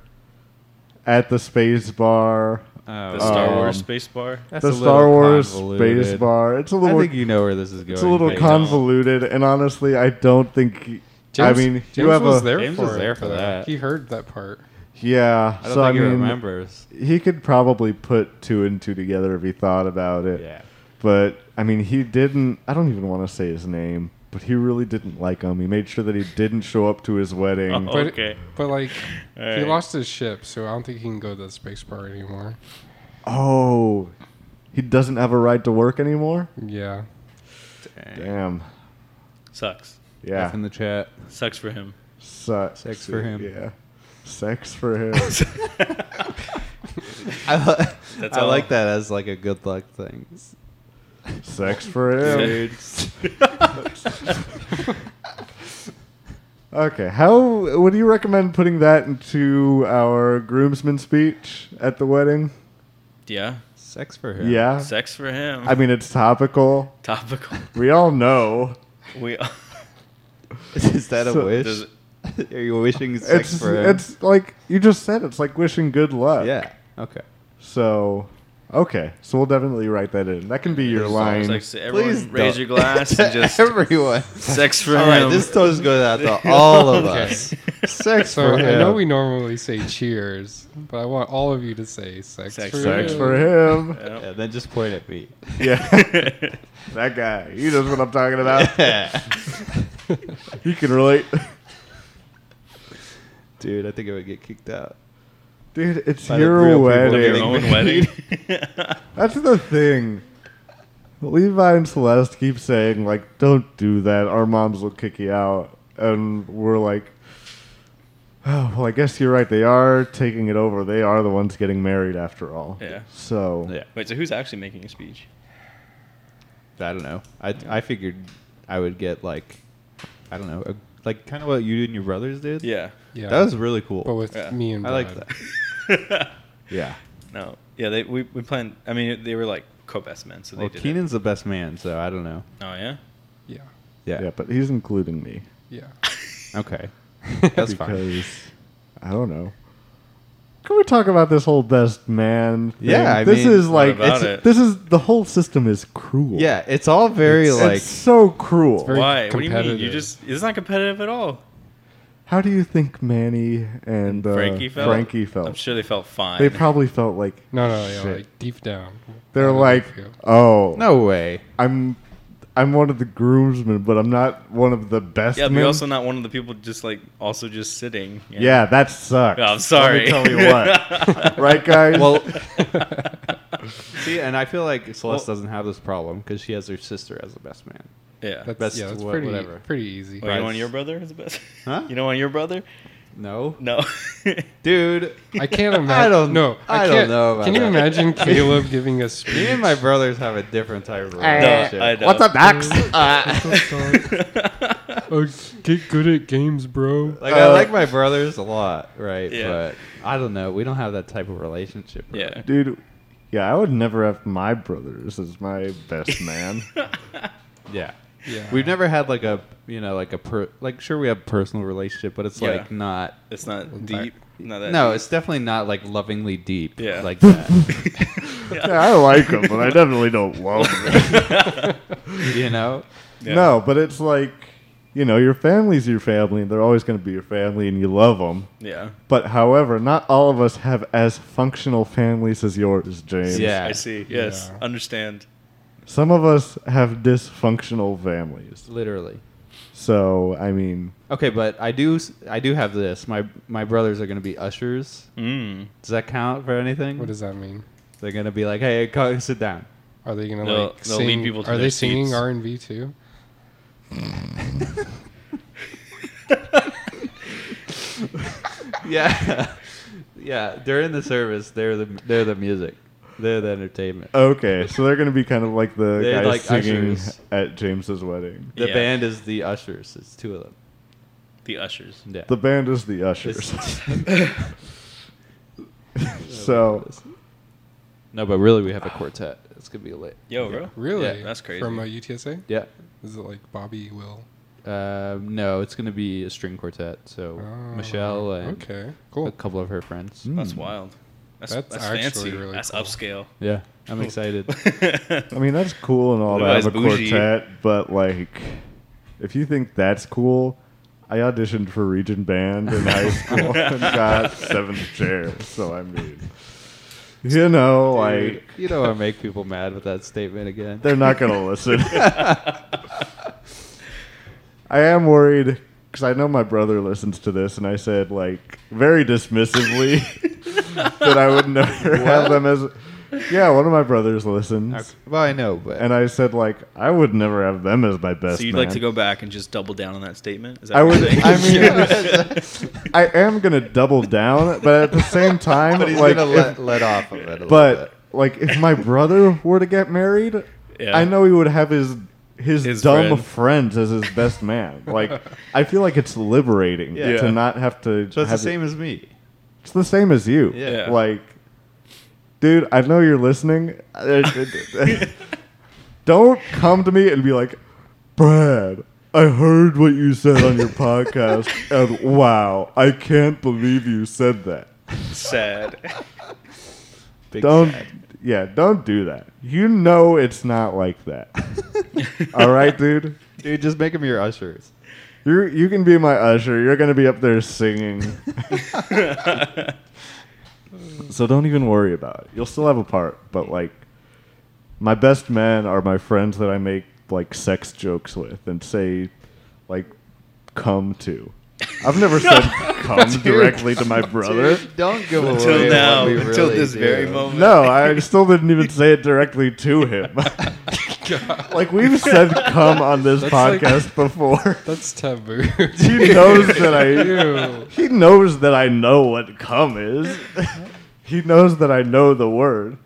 at the space bar.
Oh,
The Star
um,
Wars space bar?
that's a
the
little
Star Wars
convoluted.
space bar. It's a
I
little
think you know where this is going.
it's a little
but-
convoluted and honestly I don't think
James,
I mean
James
you have
was
a
there
James
for
was
it,
there for
though.
that.
He heard that part.
yeah,
I don't think
so I
he
mean
remembers.
he could probably put two and two together if he thought about it.
Yeah.
But I mean, he didn't. I don't even want to say his name, but he really didn't like him. He made sure that he didn't show up to his wedding.
Oh.
But,
Okay.
but like he
Alright.
lost his ship, so I don't think he can go to the space bar anymore.
Oh, he doesn't have a ride to work anymore.
Yeah,
Damn.
Sucks.
F
Yeah.
in the
(laughs)
chat.
Sucks for
(laughs)
him.
Sucks.
Sex for him.
Yeah. Sex for
(laughs)
him.
(laughs)
I, li-
That's
I
all.
like that as like a good luck thing.
Sex for him.
(laughs)
Okay. How? Would you recommend putting that into our groomsman speech at the wedding?
yeah.
(laughs) Sex for him.
Yeah.
Sex for him.
I mean, it's topical.
Topical.
We all know.
We
(laughs) Is that a
So-
wish?
does,
(laughs) Are you wishing sex
it's
for him?
it's uh, like you just said. It's like wishing good luck.
yeah. Okay.
So, okay. So we'll definitely write that in. That can be
(laughs)
your line.
Like, so everyone
Please
raise
don't.
your glass
(laughs)
(laughs) and just
everyone.
sex for
All
him.
right, this toast goes out
(laughs)
to all of us.
sex
So
for
I
him.
know we normally say cheers, but I want all of you to say sex,
Sex
for
for
sex
you.
for him.
And then just point at me.
(laughs)
(laughs)
yeah, that guy. He knows what I'm talking about.
(laughs)
he can relate,
Dude, I think I would get kicked out.
dude. It's
By the real
your
people
Of
wedding.
your
Wedding.
own wedding.
(laughs)
That's the thing. Levi and Celeste keep saying like, "Don't do that. Our moms will kick you out," and we're like, "Oh, well, I guess you're right. They are taking it over. They are the ones getting married after all."
Yeah.
So
Yeah.
Wait, so who's actually making a speech?
I don't know. I I figured I would get like, I don't know, a, like kind of what you and your brothers did.
Yeah.
Yeah,
That was really cool.
but with
Yeah.
me and
I like
Brad.
that.
yeah.
(laughs) No. Yeah, they we, we planned I mean they were like co best men, so they
Well,
did it.
Keenan's the best man, so I don't know.
Oh yeah?
Yeah,
Yeah.
Yeah, but he's including me
yeah.
(laughs)
Okay. That's fine.
because I don't know. Can we talk about this whole best man? Thing?
Yeah, I
this
mean,
is
What
like
about
it's-
it?
this is the whole system is cruel.
Yeah, it's all very
it's
like
so cruel.
Very
Why? What do you mean? You
competitive.
just it's not competitive at all.
How do you think Manny and uh,
Frankie
Frankie
felt?
felt?
I'm sure they felt fine.
They probably felt like
No, no, yeah.
Shit.
Like deep down,
they're
How do they
like,
feel?
oh,
no way.
I'm I'm one of the groomsmen, but I'm not one of the best.
yeah, but
men."
you're also not one of the people just like also just sitting. you know?
yeah, that sucks.
Oh, I'm sorry.
Let me tell you
(laughs)
what, right, guys? (laughs)
Well, see, and I feel like Celeste doesn't have this problem because she has her sister as the best man.
Yeah.
that's
Best
yeah, that's
wha-
pretty
whatever.
pretty easy.
Well, Oh, you want your brother as the best?
Huh?
You don't want your brother?
No,
No. (laughs)
dude.
I can't imagine.
I don't-
No,
I don't
can't-
know about
Can you
that. (laughs)
imagine Caleb giving a speech?
Me and my brothers have a different type of
no,
relationship.
I don't.
What's up, Max?
Uh, get good at games, bro.
Like I like my brothers a lot, right?
Oh. Yeah.
But I don't know. We don't have that type of relationship. really.
Yeah.
Dude, yeah, I would never have my brothers as my
(laughs)
best man.
Yeah.
Yeah.
We've never had like a you know like a per like sure we have a personal relationship, but it's
Yeah.
like not.
It's not deep. Not that
No, it's definitely not like lovingly deep.
Yeah.
Like that.
yeah, I like them, but I definitely don't love them.
(laughs) you know.
(laughs) Yeah.
No, but it's like you know, your family's your family, and they're always going to be your family, and you love them.
Yeah.
But however, not all of us have as functional families as yours, James.
Yeah.
I see. Yes. Understand.
Some of us have dysfunctional families.
Literally.
So, I mean,
Okay, but I do s- I do have this. My my brothers are going to be ushers.
Mm.
Does that count for anything?
What does that mean?
They're going to be like, "Hey, go sit down." (laughs)
Are they gonna
They'll-
like
they'll
sing?
lead people to
are
their
they singing
seats.
R and B too?
Yeah. yeah, during the service, they're the they're the music. They're the entertainment.
okay, so they're going to be kind of like the
They're
guys
like
singing
ushers.
at James's wedding.
The
Yeah.
band is the ushers. It's two of them.
The ushers.
Yeah.
The band is the ushers. (laughs)
(laughs)
so,
no, but really, we have a quartet. It's gonna be lit.
Yo, bro.
Really?
Yeah, that's crazy.
From uh, UTSA?
Yeah.
Is it like Bobby Will?
Um, no, it's gonna be a string quartet. So
Oh,
Michelle and
Okay, cool.
a couple of her friends.
Mm.
that's wild. That's that's,
That's actually
fancy.
really
that's
cool.
upscale.
Yeah, I'm
(laughs)
(laughs)
excited.
I mean, that's cool and all that
Levi's
of a
bougie.
quartet, but like, if you think that's cool, I auditioned for Region Band
(laughs)
in high school and got seventh chair. So I mean, you know, like
you don't want to make people mad with that statement again.
they're not gonna
(laughs)
listen. I am worried because I know my brother listens to this, and I said like very dismissively (laughs) that I
(laughs)
would never have them as. Yeah, one of my brothers listens.
Okay. (laughs) Well, I know, but
And I said, like, I would never have them as my best.
so you'd like
man.
to go back and just double down on that statement? Is that
I
what (laughs)
would.
you're saying?
I mean,
(laughs)
I am gonna double down, but at
(laughs)
the same time,
but he's
like,
gonna
if-
let, let off of it. A little
but
bit.
like, if
(laughs)
my brother were to get married,
Yeah.
I know he would have his his,
His
dumb
friend.
friends as his
(laughs)
best man. Like, I feel like it's liberating
Yeah.
to not have
so
to.
it's the
have it-
same as me.
it's the same as you.
Yeah.
Like, dude, I know you're listening. (laughs) Don't come to me and be like, Brad, I heard what you
(laughs)
said on your podcast, and wow, I can't believe you said that.
sad.
Big
don't,
sad. (laughs)
yeah, don't do that. You know it's not like (laughs) that. (laughs) All right,
(laughs)
dude.
dude, just make them your ushers.
You you can be my usher. You're gonna be up there (laughs) singing. so don't even worry about it. You'll still have a part, but like my best men are my friends that I make like sex jokes with and say like come to. I've (laughs) never said come directly to my brother.
Dude, don't give away
Until now,
what we
until
really
this
do.
very moment.
No, I still didn't even say it directly to (laughs) him. like we've said come
(laughs)
on this (laughs)
That's like-
podcast before. (laughs)
(laughs)
That's taboo.
He
(laughs)
knows that I
Ew.
He knows that I know what cum is. (laughs) he knows that I know the word.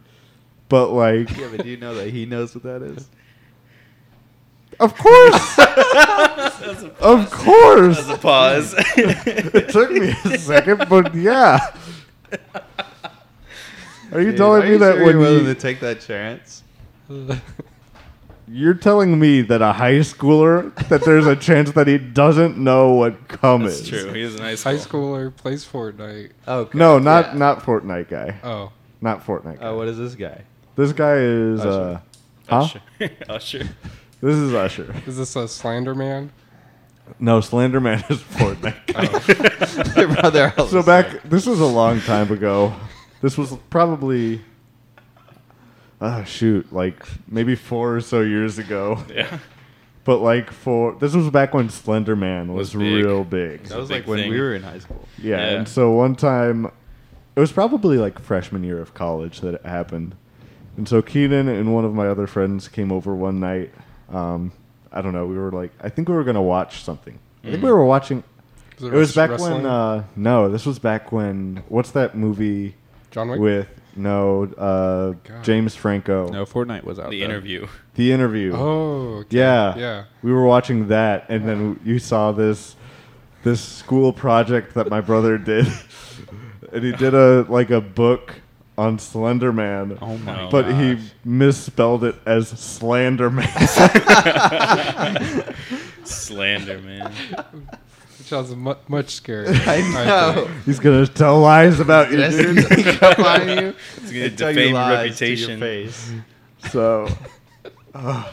But like,
Yeah, but do you know that he knows what that is? (laughs)
of course, of course,
The pause.
(laughs) it took me
(laughs)
a second, but yeah. Are you
Dude,
telling
are
me
you
that
sure
when
you're willing
you,
to take that chance?
(laughs)
you're telling me that a high schooler that there's a chance that he doesn't know what cum
That's
is?
true. He is a nice
High schooler plays Fortnite.
Oh
No, not not Fortnite guy.
Oh,
Not Fortnite. Guy.
Oh, what is this guy?
This guy is uh,
Usher.
huh?
Usher. (laughs) Usher.
This is Usher.
is this a Slender Man?
No, Slenderman is (laughs) Fortnite. guy.
(laughs) (laughs) Your brother. Elvis.
(laughs) so back this was a long time ago this was probably ah shoot like maybe four or so years ago
Yeah.
but like for this was back when slender man was,
Was big.
real big
that was
Big
like when
thing.
we were in high school.
yeah,
Yeah.
and so one time it was probably like freshman year of college that it happened and so keenan and one of my other friends came over one night um, i don't know we were like i think we were going to watch something i think we were watching it was
res-
back when
wrestling?
uh, no this was back when what's that movie
John Wick.
with no uh,
God.
James Franco.
No, Fortnite was out.
The
then.
interview.
The interview.
Oh, okay.
Yeah.
yeah.
We were watching that, and then you saw this this school project that my brother did, (laughs) and he did a like a book on Slender Man.
Oh my.
No.
God.
but he misspelled it as
(laughs)
Slander Man. (laughs)
(laughs) Slander, man.
Which sounds mu- much
(laughs)
scarier.
(laughs) I know.
think.
He's gonna tell lies about you,
Yes,
dude.
he's
(laughs)
(laughs)
gonna come on you
It's gonna
and tell you
defame your
lies to
reputation.
your face.
So uh,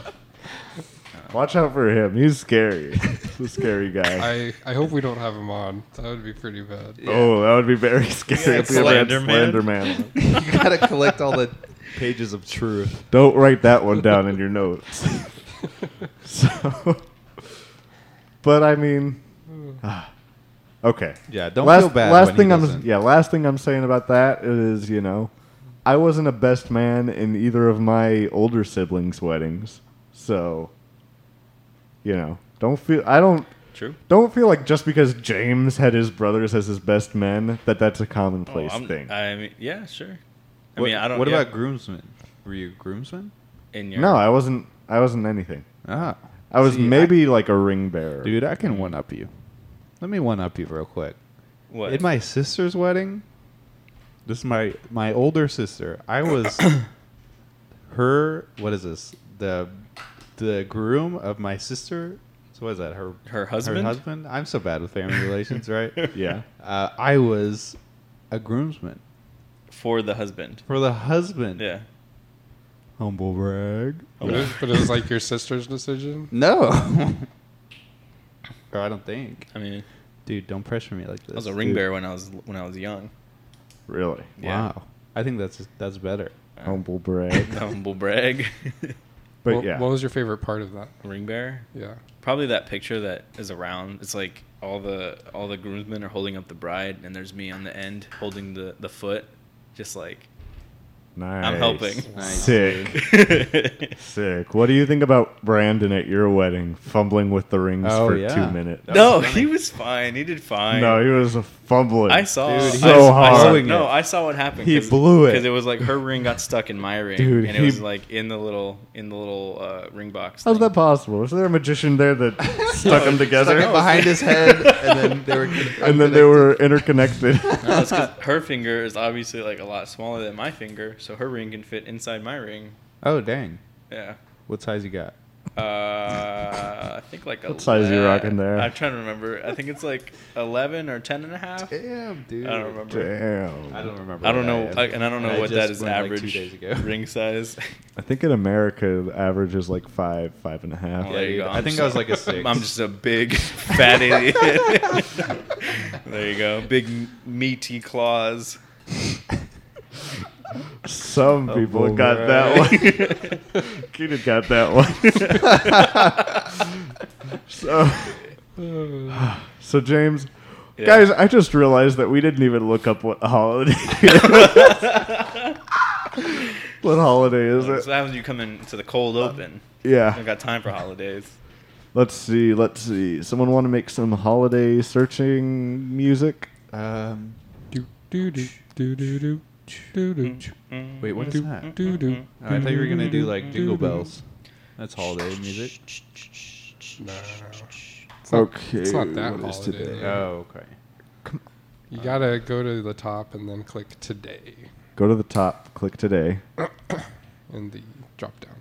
Watch out for him. He's scary. He's a scary guy.
I, I hope we don't have him on. That would be pretty bad.
(laughs)
Oh, that would be very scary if we ever had
Slender
Slender
(laughs)
Man.
(laughs) you gotta collect all the pages of truth.
Don't write that one down in your notes. (laughs) so, but I mean, ah, okay.
Yeah, don't
last,
feel bad.
Last
when
thing
he
I'm
doesn't.
yeah, last thing I'm saying about that is you know, I wasn't a best man in either of my older siblings' weddings, so you know, don't feel I don't
True.
don't feel like just because James had his brothers as his best men that that's a commonplace
Oh, I'm-
thing.
I mean, yeah, sure. I
What-
mean, I don't.
What
yeah,
about groomsmen? Were you groomsmen?
in your?
no, I wasn't. I wasn't anything.
Ah,
I was
See, I-
maybe like a ring bearer.
dude, I can one up you. Let me one up you real quick.
what?
At my sister's wedding, this is my my older sister. I was (coughs) her. What is this? The the groom of my sister. So what is that? Her
Her husband?
Her husband. I'm so bad with
(laughs)
family relations, right?
Yeah.
Uh, I was a groomsman
for the husband.
for the husband.
Yeah.
Humble brag.
Oh,
But, it, but it was like your sister's decision.
(laughs)
(laughs)
No. or I don't think.
I mean,
Dude, don't pressure me like this.
I was a ring
dude.
bearer when I was when I was young.
Really?
Yeah. Uh,
Wow. I think that's that's better.
(laughs)
Humble brag.
Humble brag. (laughs)
But
What-
yeah.
What was your favorite part of that?
ring bearer.
(gasps)
Yeah.
Probably that picture that is around. It's like all the all the groomsmen are holding up the bride, and there's me on the end holding the the foot, just like.
nice.
helping. Nice,
Sick. Sick. What do you think about Brandon at your wedding fumbling with the rings
Oh,
for
yeah.
two minutes?
(laughs) no, he was fine. He did fine.
No, he was fumbling.
I saw
Dude, he
I,
was
I saw,
blowing
no,
it.
I saw what happened.
He blew it.
because it was like her ring got stuck in my ring,
Dude,
and it
he-
was like in the little in the little uh, ring box.
How's
thing.
that possible? Was there a magician there
(laughs)
that stuck them together?
Stuck it behind his head, and then they were.
(laughs) and then they were
(laughs)
interconnected.
(laughs) No,
(laughs)
it's 'cause her finger is obviously like a lot smaller than my finger, so her ring can fit inside my ring.
Oh dang!
Yeah.
What size you got?
Uh, I think like
What size you rocking there?
I'm trying to remember. I think it's like 11 or 10 and a half. I
Damn, dude.
don't remember.
Damn.
I don't remember.
I don't
what
know, I,
had.
and I don't know
I
what
just
that is
went, like, two
average
days ago. (laughs)
ring size.
I think in America, the average is like five, five and a half.
Well, there you
dude,
go.
I
I'm
think
just
I was like a six.
(laughs) I'm just a big (laughs) fat idiot. there you go. Big m- meaty claws.
Some people
boy.
(laughs)
got that one. (laughs) Keenan got that one. (laughs)
(laughs)
so, so James,
Yeah.
guys, I just realized that we didn't even look up what holiday. (laughs)
(laughs)
what holiday is
So that
it?
happens when you come into the cold open. I don't
Yeah.
got time for holidays.
Let's see. Let's see. Someone want to make some holiday searching music?
Um,
Do do do do do do do do
wait, Mm. what is
do
that?
do do.
Oh, I thought you were gonna do like Jingle Bells. That's holiday music.
No, not-
okay.
it's not that
what is
holiday.
today?
Oh, okay.
You gotta go to the top and then click today
Go to the top. Click today.
in the drop down.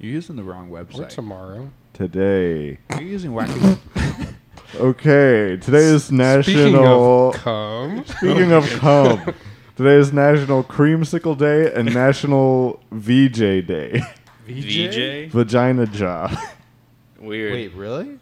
You're using the wrong
Or
website.
tomorrow.
Today.
You're using wacky. (laughs)
Okay. Today is National.
Speaking of Oh, cum,
(laughs)
Speaking of
(laughs)
cum, today is National Creamsicle Day and National VJ Day. (laughs)
VJ?
Vagina jaw.
Weird.
Wait, really?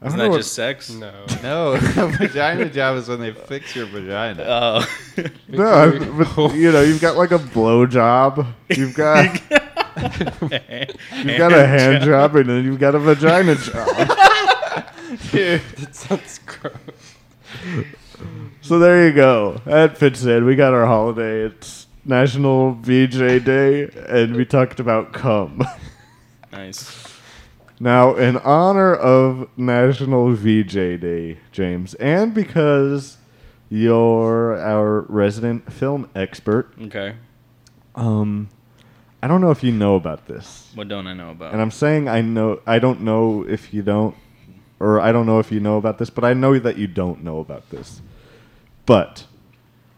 I
Isn't
don't know
that
what-
just sex?
(laughs)
no. (laughs)
No, vagina job is when they fix your vagina.
(laughs)
Oh. (laughs)
no, I- but, you know, you've got like a blow job,
(laughs)
you've got you've got
(laughs)
a hand job, and then you've got a vagina job.
That sounds gross.
So there you go. That fits in. We got our holiday. It's National VJ Day, and we talked about cum. (laughs)
Nice.
Now, in honor of National VJ Day, James, and because you're our resident film expert,
Okay.
um, I don't know if you know about this,
What don't I know about?
and I'm saying I know I don't know if you don't, or I don't know if you know about this, but I know that you don't know about this. But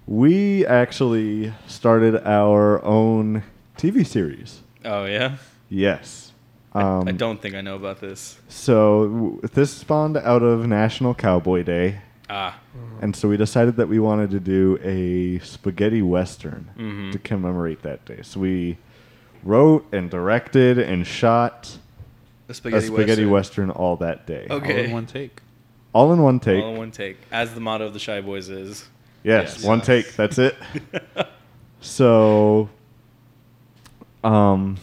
we actually started our own TV series.
oh, yeah?
Yes. Um,
I don't think I know about this.
So w- this spawned out of National Cowboy Day,
Ah.
and so we decided that we wanted to do a spaghetti western
Mhm.
to commemorate that day. So we wrote and directed and shot
A
a
spaghetti,
spaghetti western. all that day.
All in
Okay.
one take.
All in one take.
All in one take. As the motto of the Shy Boys is.
Yes,
Yes.
one
Yes.
take. That's it. so, um,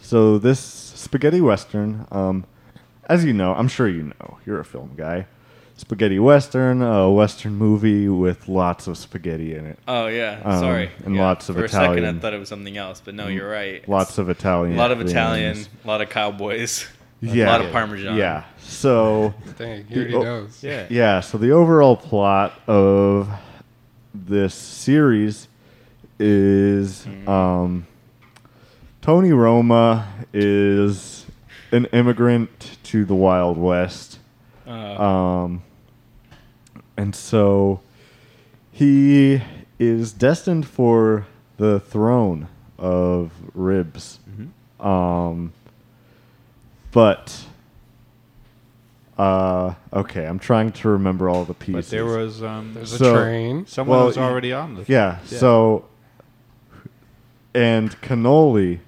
so this spaghetti western, um, as you know, I'm sure you know, you're a film guy. Spaghetti western, a western movie with lots of spaghetti in it.
(laughs) Oh yeah.
Um,
Sorry.
and
Yeah.
lots of
For a second,
Italian- Mm.
I thought it was something else, but no, you're right.
Lots of Italian.
A lot of
things.
Italian. A lot of cowboys. (laughs) A
Yeah.
lot of Parmesan.
Yeah. So.
Dang, he already
Oh.
knows.
Yeah.
Yeah, so the overall plot of this series is um, Tony Roma is an immigrant to the Wild West.
Uh,
Um, and so he is destined for the throne of ribs.
Mm-hmm.
Um, but. Uh, okay, I'm trying to remember all the pieces.
But there was um,
There's a
So-
train.
someone
well,
was
y-
already on the
Yeah,
Yeah.
so. And cannoli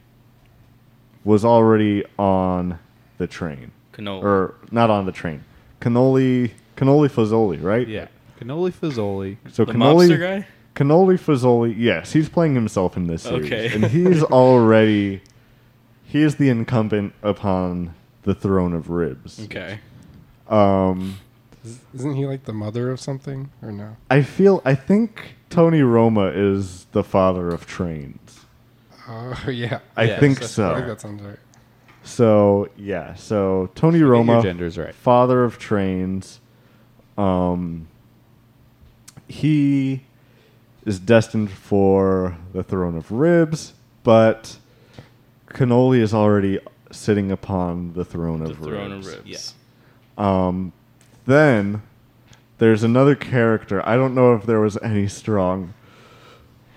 was already on the train.
cannoli.
Or not on the train. Cannoli, cannoli Fazoli, right?
Yeah. Cannoli Fazoli.
So
the
cannoli,
mobster guy.
Cannoli Fazoli, yes, he's playing himself in this series.
Okay.
and he's already he is the incumbent upon the throne of ribs.
Okay.
Um
Is- Isn't he like the mother of something or no?
I feel I think Tony Roma is the father of trains.
Oh (laughs) yeah,
I
Yes,
think
that's
I think
so.
that sounds right.
So yeah, so Tony
Your
Roma
gender's right.
father of trains. Um, he is destined for the throne of ribs, but Cannoli is already sitting upon the throne
The
of
throne
ribs.
of ribs.
Um, then there's another character. I don't know if there was any strong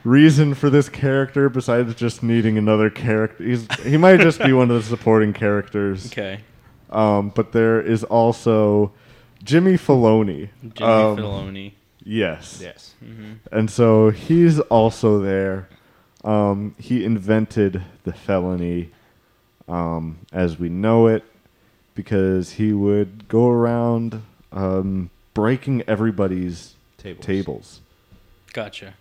reason for this character besides just needing another character. He's, he might just be one of the supporting characters.
Okay.
Um, but there is also Jimmy Filoni.
Jimmy
Um,
Filoni.
Yes.
Yes.
And so he's also there. Um, he invented the felony um, as we know it because he would go around um, breaking everybody's
Tables.
tables.
Gotcha.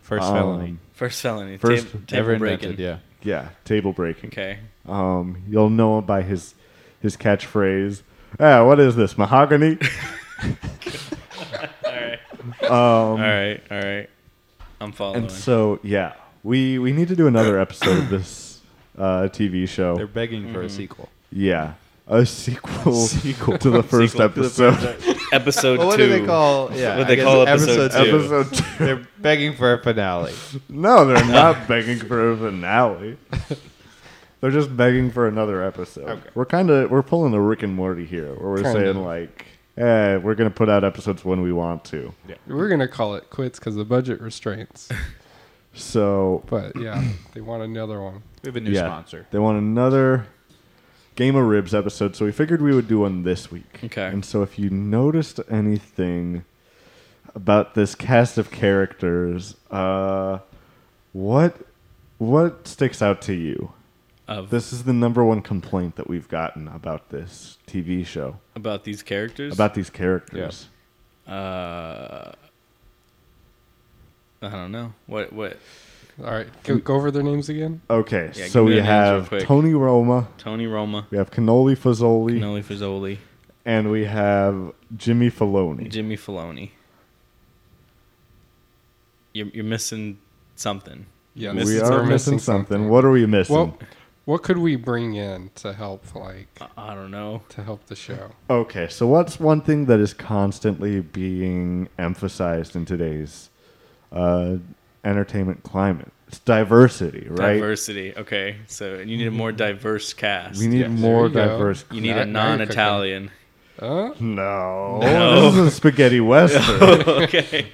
First
Um,
felony.
First felony.
First
Tab- table
Ever
breaking.
invented. Yeah.
Yeah, table breaking.
Okay.
Um, you'll know him by his his catchphrase. Ah, what is this mahogany?
All right.
Um,
All right. All right. I'm following.
And so, yeah, we we need to do another episode of this uh, TV show.
They're begging for a sequel.
yeah, a sequel, to the first
Sequel to the
episode.
(laughs) episode
Well, what
two.
do they call? Yeah,
What
I
they
guess
call episode two.
episode two.
They're begging for a finale.
(laughs) No, they're not begging for a finale. they're just begging for another episode.
Okay.
We're kind of we're pulling a Rick and Morty here, where we're
Kinda.
saying like, eh, we're gonna put out episodes when we want to.
We're gonna call it quits because of budget restraints.
So
But yeah, they want another one.
We have a new
yeah,
sponsor.
They want another Game of Ribs episode, so we figured we would do one this week.
Okay.
And so if you noticed anything about this cast of characters, uh, what what sticks out to you?
of
This is the number one complaint that we've gotten about this TV show,
about these characters.
about these characters.
Uh, I don't know what what
All right, go, go over their names again.
Okay,
Yeah,
so
give me their
we
names real
have
quick.
Tony Roma,
Tony Roma,
we have Cannoli Fazzoli,
Nelly Fazoli,
and we have Jimmy Filoni.
Jimmy Filoni. You're you're missing something.
Yeah,
we are missing, something.
What?
What are we missing?
Well, what could we bring in to help, like
I, I don't know.
to help the show?
Okay, so what's one thing that is constantly being emphasized in today's uh, entertainment climate? It's diversity, right?
Diversity. Okay, so you need a more diverse cast.
We need
Yes.
more
There you go.
diverse.
you need
Now-
a
now you're cooking.
(laughs)
non-Italian.
Huh?
No,
(laughs) (laughs) No.
this is a spaghetti western.
okay.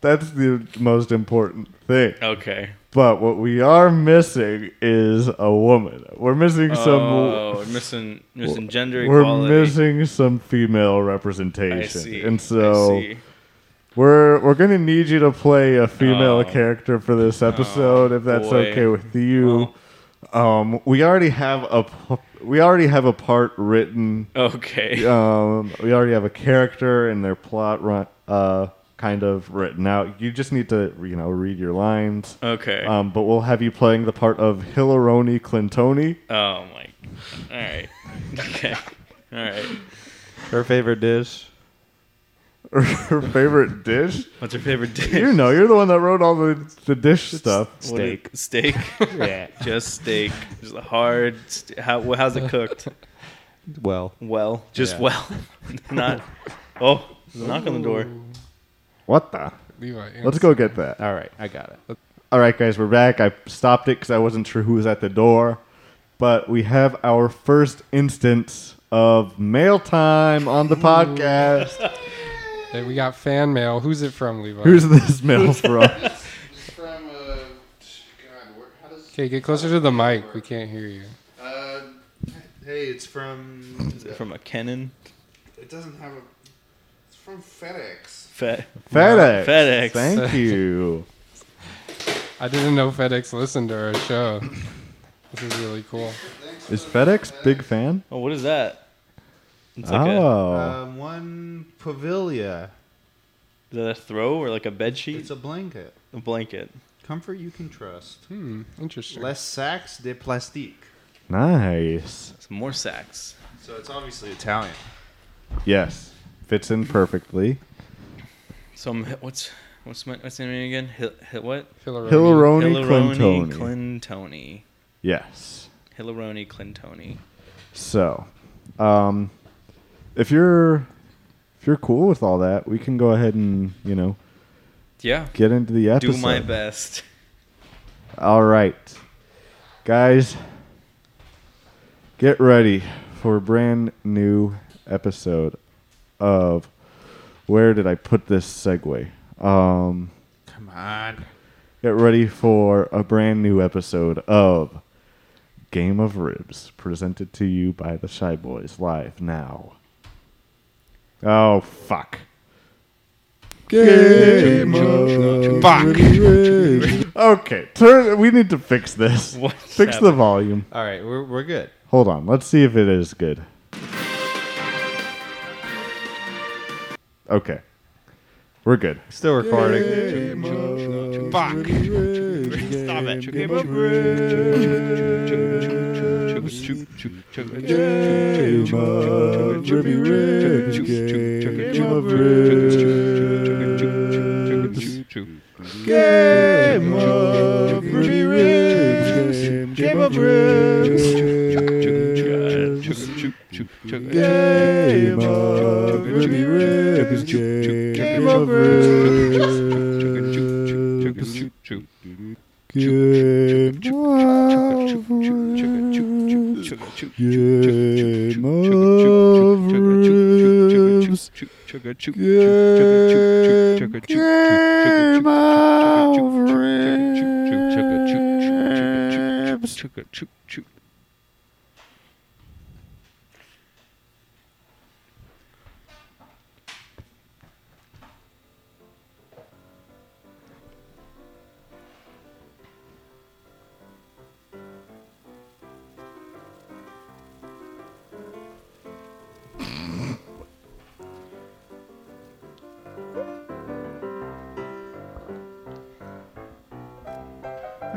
That's the most important thing.
Okay.
But what we are missing is a woman. We're missing
Oh,
some.
we're missing missing gender
We're
equality.
missing some female
I
representation,
see.
and
I
so.
see.
We're we're gonna need you to play a female
Oh.
character for this episode, if that's
boy.
okay with you. um, we already have a p- we already have a part written.
Okay.
Um, we already have a character and their plot run, uh, kind of written out. You just need to, you know, read your lines.
Okay.
Um, but we'll have you playing the part of Hilaroni Clintoni. (laughs)
oh my. All right. Okay. All right.
Her favorite dish.
Her favorite dish?
What's your favorite dish? (laughs)
You know, you're the one that wrote all the, the dish stuff.
What is- steak.
Yeah.
(laughs) Just steak. Just a hard. St- how well, how's it cooked?
Well,
Well. Just
Yeah.
well. (laughs) Not. Oh, knock on the door.
What the?
Levi,
Let's go get that.
all right, I got it.
All right, guys, we're back. I stopped it because I wasn't sure who was at the door. But we have our first instance of mail time on the podcast.
Hey, we got fan mail. Who's it from, Levi?
Who's this mail from?
from uh, God, where, how does
Okay, get closer to the mic. We can't hear you.
uh, hey, it's from
Is it from a Canon?
it doesn't have a it's from FedEx.
Fat.
FedEx.
FedEx. (laughs)
Thank you.
I didn't know FedEx listened to our show. This is really cool.
Is FedEx big fan?
Oh, what is that? It's like a,
oh.
Um, one pavilia.
is that a throw or like a bed sheet?
It's a blanket.
a blanket.
Comfort you can trust.
Hmm, interesting.
Les sacs de plastique.
nice.
Some more sacks.
So it's obviously Italian.
Yes. Fits in perfectly.
So I'm, what's what's my what's the name again? Hill, hill, what?
Hilaroni.
Hilaroni
Hilaroni
Clintoni.
Clintoni.
yes.
Hilaroni Clintoni.
So, um, if you're if you're cool with all that, we can go ahead and you know
Yeah.
get into the
Do
episode.
my best.
All right, guys, get ready for a brand new episode of where did I put this segue? Um,
Come on.
get ready for a brand new episode of Game of Ribs, presented to you by the Shy Boys live now. Oh fuck. Game of Ribs. Okay, turn. We need to fix this.
What's
fix the
happening?
volume.
All right, we're, we're good.
Hold on. Let's see if it is good. Okay, we're good.
Still recording. (laughs)
Stop it.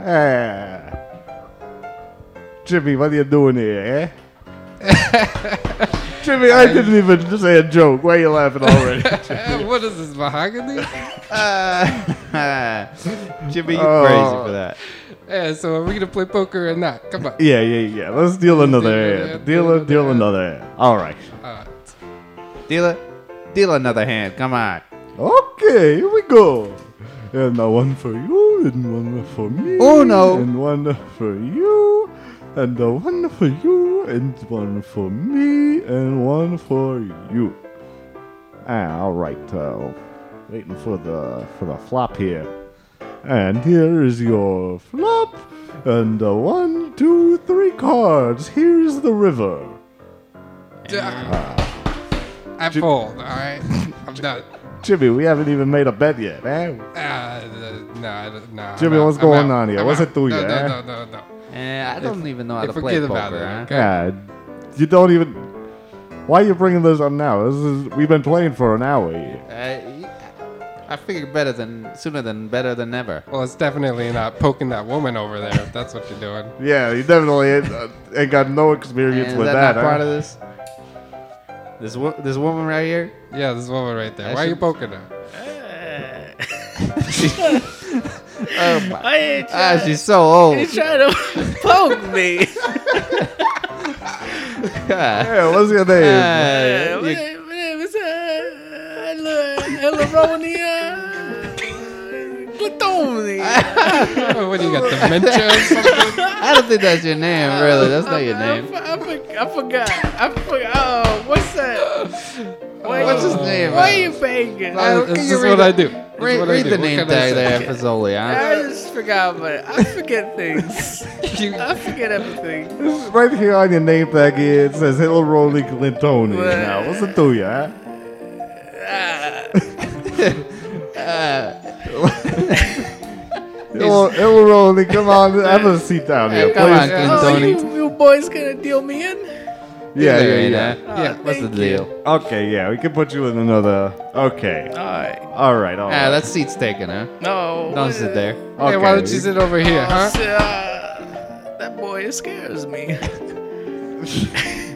Ah. Jimmy, what are you doing (laughs) here, eh? Jimmy, I didn't even say a joke. Why are you laughing (laughs) already?
Eh, what is this, mahogany?
Jimmy, you
Oh.
crazy for that.
yeah, Eh, so are we going to play poker or not? Come on.
yeah, yeah, yeah. Let's deal another
Deal
hand.
another-
Deal,
deal
a, deal
another
another hand. All right.
Uh,
Deal it. Deal another hand. Come on.
Okay, here we go. And a one for you, and one for me.
Oh, no.
And one for you, and a one for you, and one for me, and one for you. Ah, all right. Uh, waiting for the for the flop here. And here is your flop, and a one, two, three cards. Here's the river.
I fold, all right? I'm done.
Jimmy, we haven't even made a bet yet, eh?
Uh, no, no, no.
Jimmy, what's going on here? What's it through
no,
you,
No,
eh?
no, no, no.
Eh, I don't even know how
Hey,
to play
forget
poker. eh?
about it.
huh?
Okay.
God you don't even. Why are you bringing this up now? This is we've been playing for an hour.
I, I figure better than sooner than better than never.
Well, it's definitely not poking that woman over there if that's what you're doing.
Yeah, you definitely ain't, uh, ain't got no experience
And
with
is
that.
that, not part
huh?
of this? This wo- this woman right here. (laughs)
Yeah, this woman right there.
I
Why are you
should-
poking her? (laughs)
Oh my!
I ain't
Ah, she's so old.
trying
(laughs)
to poke me.
God.
yeah, what's your name?
(laughs) Ah, you-
what do you got, dementia or something?
I don't think that's your name, really. That's not your name.
I forgot. I forgot. Oh, what's that?
What's
Uh,
his name?
Why are you faking? I,
Uh,
This
can
is
you
what
read
I
it?
do. This is
Read,
what I
read
do.
the
What
name
can I
tag
say?
there, Fazoli. Huh?
just forgot, but I forget
(laughs)
things. I forget everything.
Right here on your name tag, it says Hello Rolly Clintoni.
Well-
Now, what's it do you? Huh?
Ah. (laughs)
Hello, Hello Rolly, come on, have a seat down here,
come on,
please.
Oh,
Clintoni.
you, you boys gonna deal me in?
yeah,
There
yeah,
you
yeah.
Oh,
go. Yeah, what's the
thank you.
deal?
Okay, yeah, we can put you in another. Okay,
All right.
all right, all
Ah,
right.
that seat's taken, huh?
No.
Don't sit there.
Okay,
Hey, why don't you sit over here, huh?
Uh, that boy scares
(laughs)
me.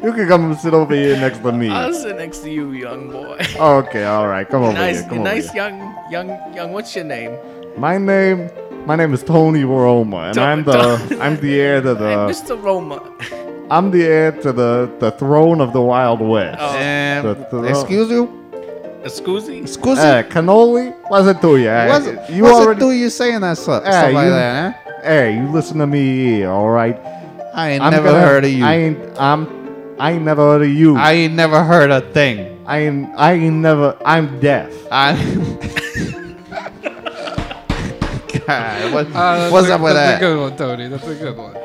You can come and sit over here next to me.
I'll sit next to you, young boy.
Okay, all right, come over
nice,
here. Come over
nice
here.
young, young, young. What's your name?
My name, my name is Tony Waroma, and
Don't-
I'm the,
don't-
(laughs) I'm the heir to
Hey,
the,
Mr. Roma.
I'm the heir to the, the throne of the Wild West.
Oh.
Um,
The throne.
excuse you?
Excuse me.
Excuse you?
Hey, cannoli, what's Eh, it to you? eh?
what's
you
what's
already,
Oh. it do you saying that stuff,
Ah,
stuff like
you-
that, huh?
hey, you listen to me, all right?
I ain't
I'm
never
gonna-
heard of you.
I ain't, I'm, I ain't never heard of you.
I ain't never heard a thing.
I ain't, I ain't never, I'm deaf.
I. (laughs) God, what,
Uh, that's
what's
a-
up with
that's
that?
a good one, Tony. That's a good one.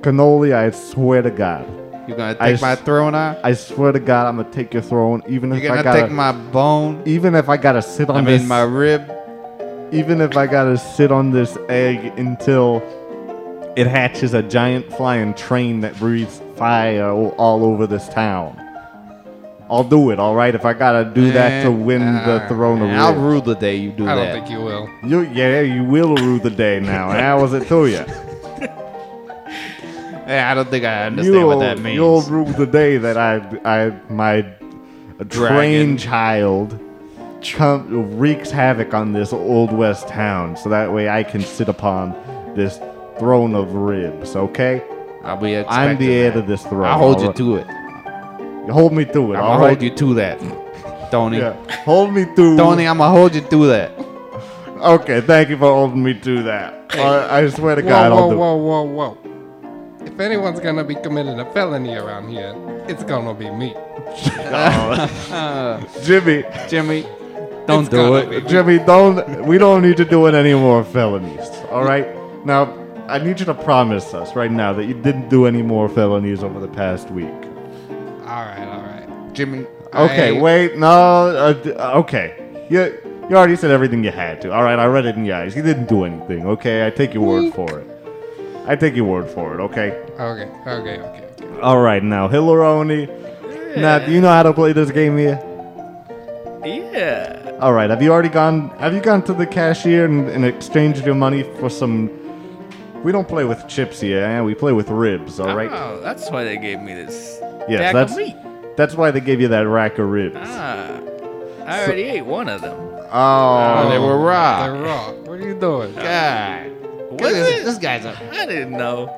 Cannoli, I swear to God,
You gonna take
I
my
s-
throne out?
I swear to God, I'm gonna take your throne, even
You
if I
gonna
gotta,
take my bone?
even if I gotta sit on
I
this,
mean, my rib.
even if I gotta sit on this egg until it hatches a giant flying train that breathes fire o- all over this town. I'll do it, all right. If I gotta do that to win the
Uh,
throne of
and I'll
Rue.
rule the day you do
I don't
that.
think you will.
You, yeah, you will rue the day now. and How was it to you?
Yeah, I don't think I understand
you'll,
what that means.
You'll rue the day that I, I, my train
Dragon.
child come, wreaks havoc on this old west town, so that way I can sit upon this throne of ribs. Okay,
I'll be expecting
I'm the heir
that.
to this throne.
I'll hold
all
you
right?
to it.
You Hold me to it.
I'm
all
gonna
right.
hold you to that, Tony.
Yeah. Hold me to.
Tony, I'm gonna hold you to that.
Okay, thank you for holding me to that. I, I swear to God,
whoa,
I'll do.
whoa, whoa, whoa, whoa. If anyone's gonna be committing a felony around here, it's gonna be me.
it. Jimmy,
Jimmy, don't
It's
do
gonna
it.
be me.
Jimmy, don't. We don't need to do it any more felonies. All right. Now, I need you to promise us right now that you didn't do any more felonies over the past week.
All right, all right.
Jimmy,
Okay.
I-
Wait. No. Uh, d- uh, okay. You you already said everything you had to. All right. I read it in your eyes. You didn't do anything. Okay. I take your word for it. I take your word for it. Okay.
Okay, okay, okay. okay.
All right, now Hilaroni. Now, do you know how to play this game here?
Yeah.
All right, have you already gone? Have you gone to the cashier and, and exchanged your money for some? We don't play with chips here, eh? we play with ribs. All right.
Oh, that's why they gave me this.
Yes,
Jack
that's-
of meat.
That's why they gave you that rack of ribs.
Ah, I already ate one of them.
Oh,
Ah,
they were raw.
They're raw. What are you doing?
God,
Was
this,
it?
this guy's a.
I didn't know.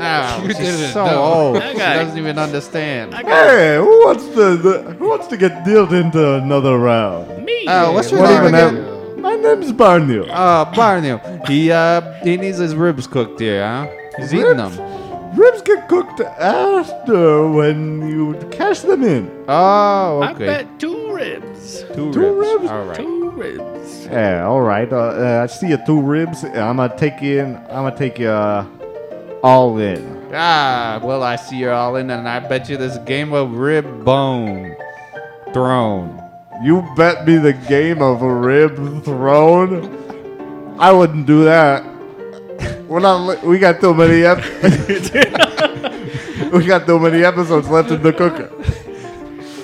Oh,
You
she's
didn't
so
know.
old.
Okay.
She doesn't even understand.
I got
hey, who wants to the, who wants to get dealt into another round?
me.
Oh, what's your
What
name
even
again?
happened? My name's Barney.
Ah.
Uh, Barney. He uh, he needs his ribs cooked here, huh? He's eating
Ribs?
them.
Ribs get cooked after when you cash them in.
Oh,
I
okay.
bet two ribs.
Two,
two
ribs.
ribs?
All right.
Two ribs.
Yeah, all right. Uh, uh, I see your two ribs. I'm gonna take you in. I'm gonna take you uh, all in.
Ah, well, I see you're all in, and I bet you this game of rib bone throne.
You bet me the game of a rib thrown. I wouldn't do that. We're not. li- We got too many. Ep- (laughs) we got so many episodes left in the cooker.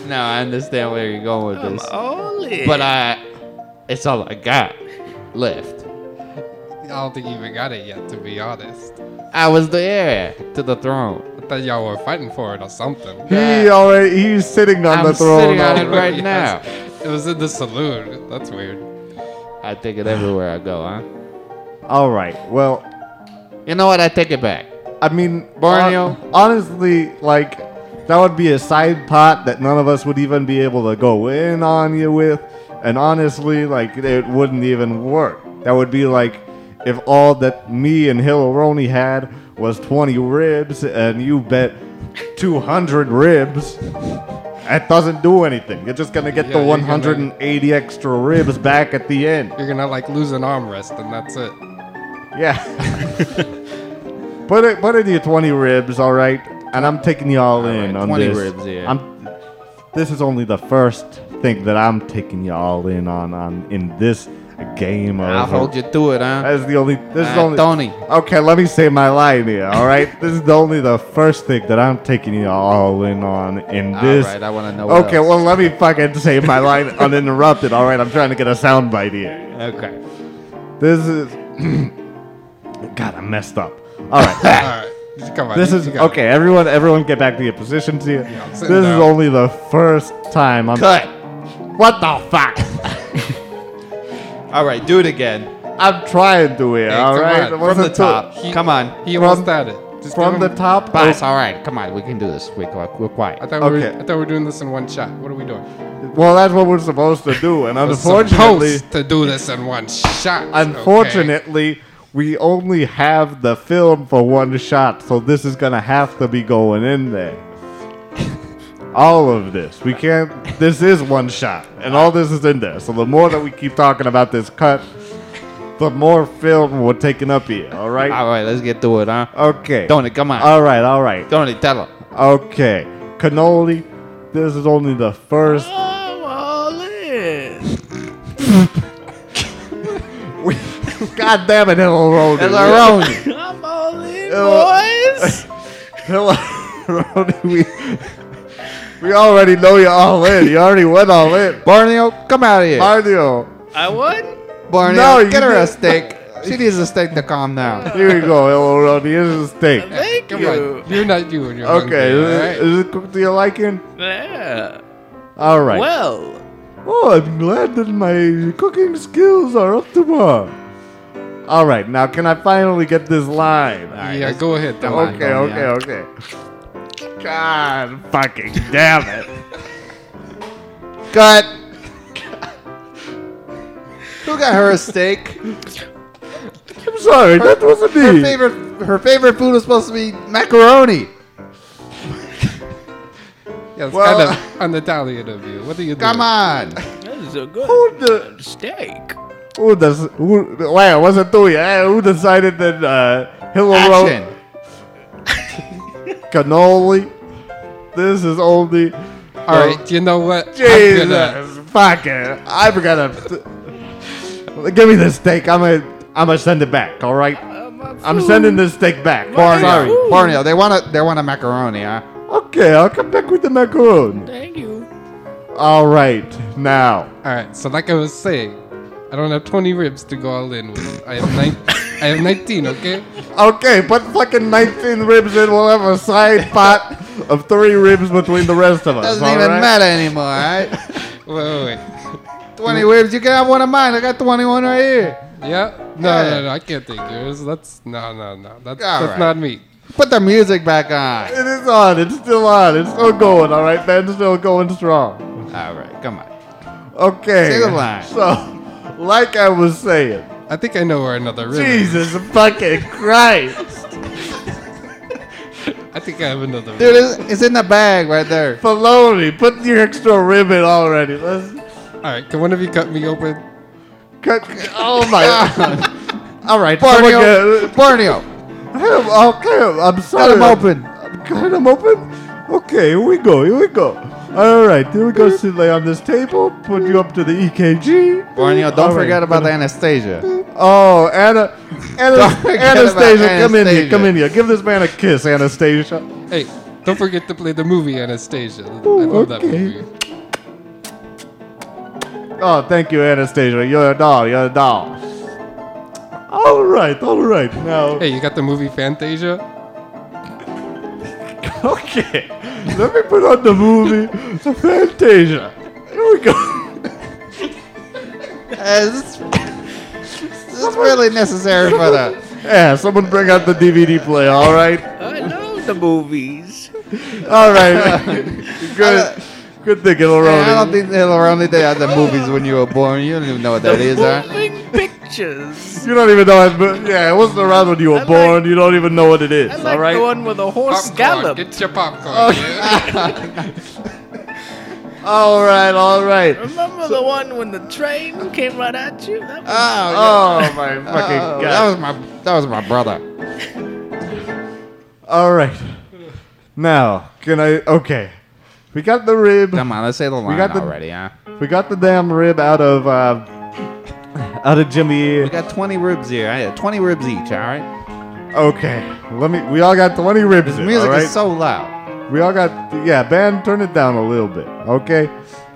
No, I understand where you're going with this. But I, it's all I got left.
I don't think you even got it yet, to be honest.
I was the heir to the throne.
I thought y'all were fighting for it or something.
He already he's sitting on
I'm
the throne.
sitting on it
already.
right
Yes.
now.
It was in the saloon. That's weird.
I take it everywhere I go, huh?
All right. Well,
You know what? I take it back.
I mean,
Borneo.
hon- honestly, like that would be a side pot that none of us would even be able to go in on you with, and honestly, like it wouldn't even work. That would be like if all that me and Hilaroni had was 20 ribs, and you bet 200 ribs. It doesn't do anything. You're just gonna get
Yeah,
the
you're
180 extra ribs back at the end.
You're gonna like lose an armrest and that's it.
Yeah. put it put it in your twenty ribs, all right. And I'm taking y'all all in
right,
on
20
this.
ribs, yeah.
I'm, this is only the first thing that I'm taking y'all in on on in this game of.
I'll hold you to it, huh?
That's the only. This is
Uh,
only.
Tony.
Okay, let me say my line here. All right, (laughs) this is the only the first thing that I'm taking you all in on in
All
this.
right, I want to know. what
okay,
else.
well let me fucking say my line (laughs) uninterrupted. All right, I'm trying to get a soundbite here.
okay.
This is. (clears throat) God, I messed up. All
(laughs)
right.
Alright. Come on.
this
you-
is
you got
okay. Everyone, everyone, get back to your positions here.
I'm
this
sitting
is
down.
only the first time I'm.
Cut. What the fuck? all right, do it again
(laughs) I'm trying to here.
Hey,
all
come
right,
on, from
It
from the
wasn't too-
top.
He-
Come on.
It. He
from-
almost had it. Just
From
give
the
him-
top.
But
I,
it's all right. Come on, we can do this. We, we're, we're quiet.
I thought, we
Okay.
were, I thought we were doing this in one shot. What are we doing?
well, that's what we're supposed to do, and
We're
unfortunately,
supposed to do this in one shot. okay?
unfortunately, we only have the film for one shot, so this is gonna have to be going in there. all of this, we can't. This is one shot, and all this is in there. So the more that we keep talking about this cut, the more film we're taking up here. All right.
all right, let's get to it, huh?
Okay. Uh,
Tony, come on.
All right. All right.
Tony, tell him.
Okay. Cannoli. This is only the first. We, God damn it, Hill Road.
It's our own.
(laughs) boys. we, we already know you're all in. You already went all in.
Borneo, come out of here.
Mario,
I won.
Barney,
uh, No, you
get her a
didn't.
steak. She needs a steak to calm
(laughs)
down.
here we go, Hello Road. Here's a steak.
Thank
Come
you.
on. You're not you when you're
Okay, is it,
hungry,
is it cooked to your liking?
Yeah.
All right.
Well,
Oh, I'm glad that my cooking skills are up to par. All right, now can I finally get this line?
all right? Yeah, go ahead. Come on.
okay, okay, okay. God fucking damn
(laughs)
it.
Cut. Who got her a steak?
I'm sorry, that wasn't
Her
me.
favorite, her favorite food was supposed to be macaroni.
Yeah, it's
Well-
kind of unitalian of you. What are you doing?
Come on.
that is a good
Who the-
steak.
Who does? Who? Wow, wasn't do you? eh? Who decided that uh, Hillary
Action.
cannoli? This is only.
All right, you know what? I'm
Jesus,
gonna-
(laughs)
fucking! I'm gonna give me this steak. I'm gonna, I'm gonna send it back. All right. I'm sending this steak back.
Barney,
Sorry.
sorry, Barney. They want a, they want a macaroni, huh?
Okay, I'll come back with the macaron. Thank you. All right, now.
All right, so like I was saying, I don't have 20 ribs to go all in with. I have nine. I have 19. Okay.
Okay, put fucking 19 ribs in. We'll have a side pot of three ribs between the rest of us.
Doesn't
all
even
right?
matter anymore, all
(laughs)
right?
Wait, wait, wait.
20 ribs. You can have one of mine. I got 21 right here.
Yeah. No, no, no. I can't take yours. That's no, no, no. That's,
All
that's
right.
not me.
Put the music back on.
It is on. It's still on. It's still going. All right, Ben's still going strong.
All right, come on.
Okay.
Say the line.
So, like I was saying,
I think I know where another rib. is.
Jesus fucking Christ!
I think I have another. Rib.
Dude, it's, it's in the bag right there.
Filoni, put your extra rib in already. Let's
All right. Can one of you cut me open?
cut. Oh
(laughs)
my God! All right, someone
Barneo,
get-
Barneo,
Him, okay, I'm sorry.
cut him open.
I'm cutting him open? Okay, here we go, here we go. All right, here we go, sit lay on this table, put you up to the EKG.
Barneo,
All
don't
right,
forget about the
gonna- (laughs)
Anastasia.
Oh, Anna, Anna
(laughs) forget about
Anastasia, come in here,
Anastasia.
come in here. Give this man a kiss, Anastasia.
Hey, Don't forget to play the movie Anastasia. I love that
okay.
movie.
Oh, thank you, Anastasia. You're a doll. You're a doll. All right, all right. Now,
Hey, you got the movie Fantasia?
(laughs) okay. Let me put on the movie Fantasia. Here we go. (laughs)
Uh, This is really necessary for that.
Yeah, someone bring out the DVD player, all right?
I love the movies.
(laughs)
All right. Good. Good thinking,
I don't
Lorone.
think they were only they had the movies when you were born. You don't even know what that is, huh?
Moving pictures.
You don't even know it, but yeah, it wasn't around when you were
like-
born. you don't even know what it is, all right?
one with a horse
Popcorn. Get your popcorn. yeah.
All right, all right.
Remember the one when the train came right at you? That
Uh,
was
(laughs) Oh,
(laughs)
my fucking
Oh,
god.
that was my that was my brother.
All right. Now, can I? Okay, we got the rib.
Come on, let's say the line
got the-
already, huh?
We got the damn rib out of uh, out of Jimmy.
We got 20 ribs here. I had 20 ribs each, all right?
Okay, let me. We all got twenty ribs.
This
In,
music
all right?
is so loud.
We all got. Yeah, band, turn it down a little bit. Okay.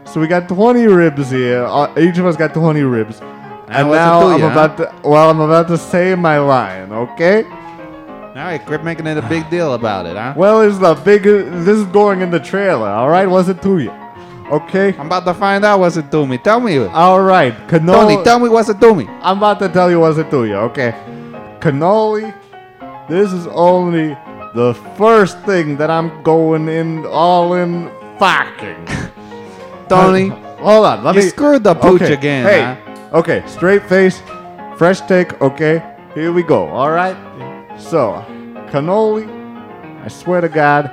So we got twenty ribs here. Uh, each of us got twenty ribs. And
what's it
now
to
I'm
ya, huh?
about to. Well, I'm about to say my line. Okay.
All right, quit making it a
(sighs)
big deal about it, huh?
Well, it's the big. This is going in the trailer. All right. What's it to you? Okay.
I'm about to find out what's it do me. Tell me.
All right. Cannoli.
Tony, tell me what's it do me.
I'm about to tell you what's it to you, okay? Cannoli, this is only the first thing that I'm going in all in fucking.
Tony,
(laughs) Hold on, let
You
me.
screwed the pooch again,
Hey, okay, straight face, fresh take, okay? Here we go, alright? So, cannoli, I swear to God,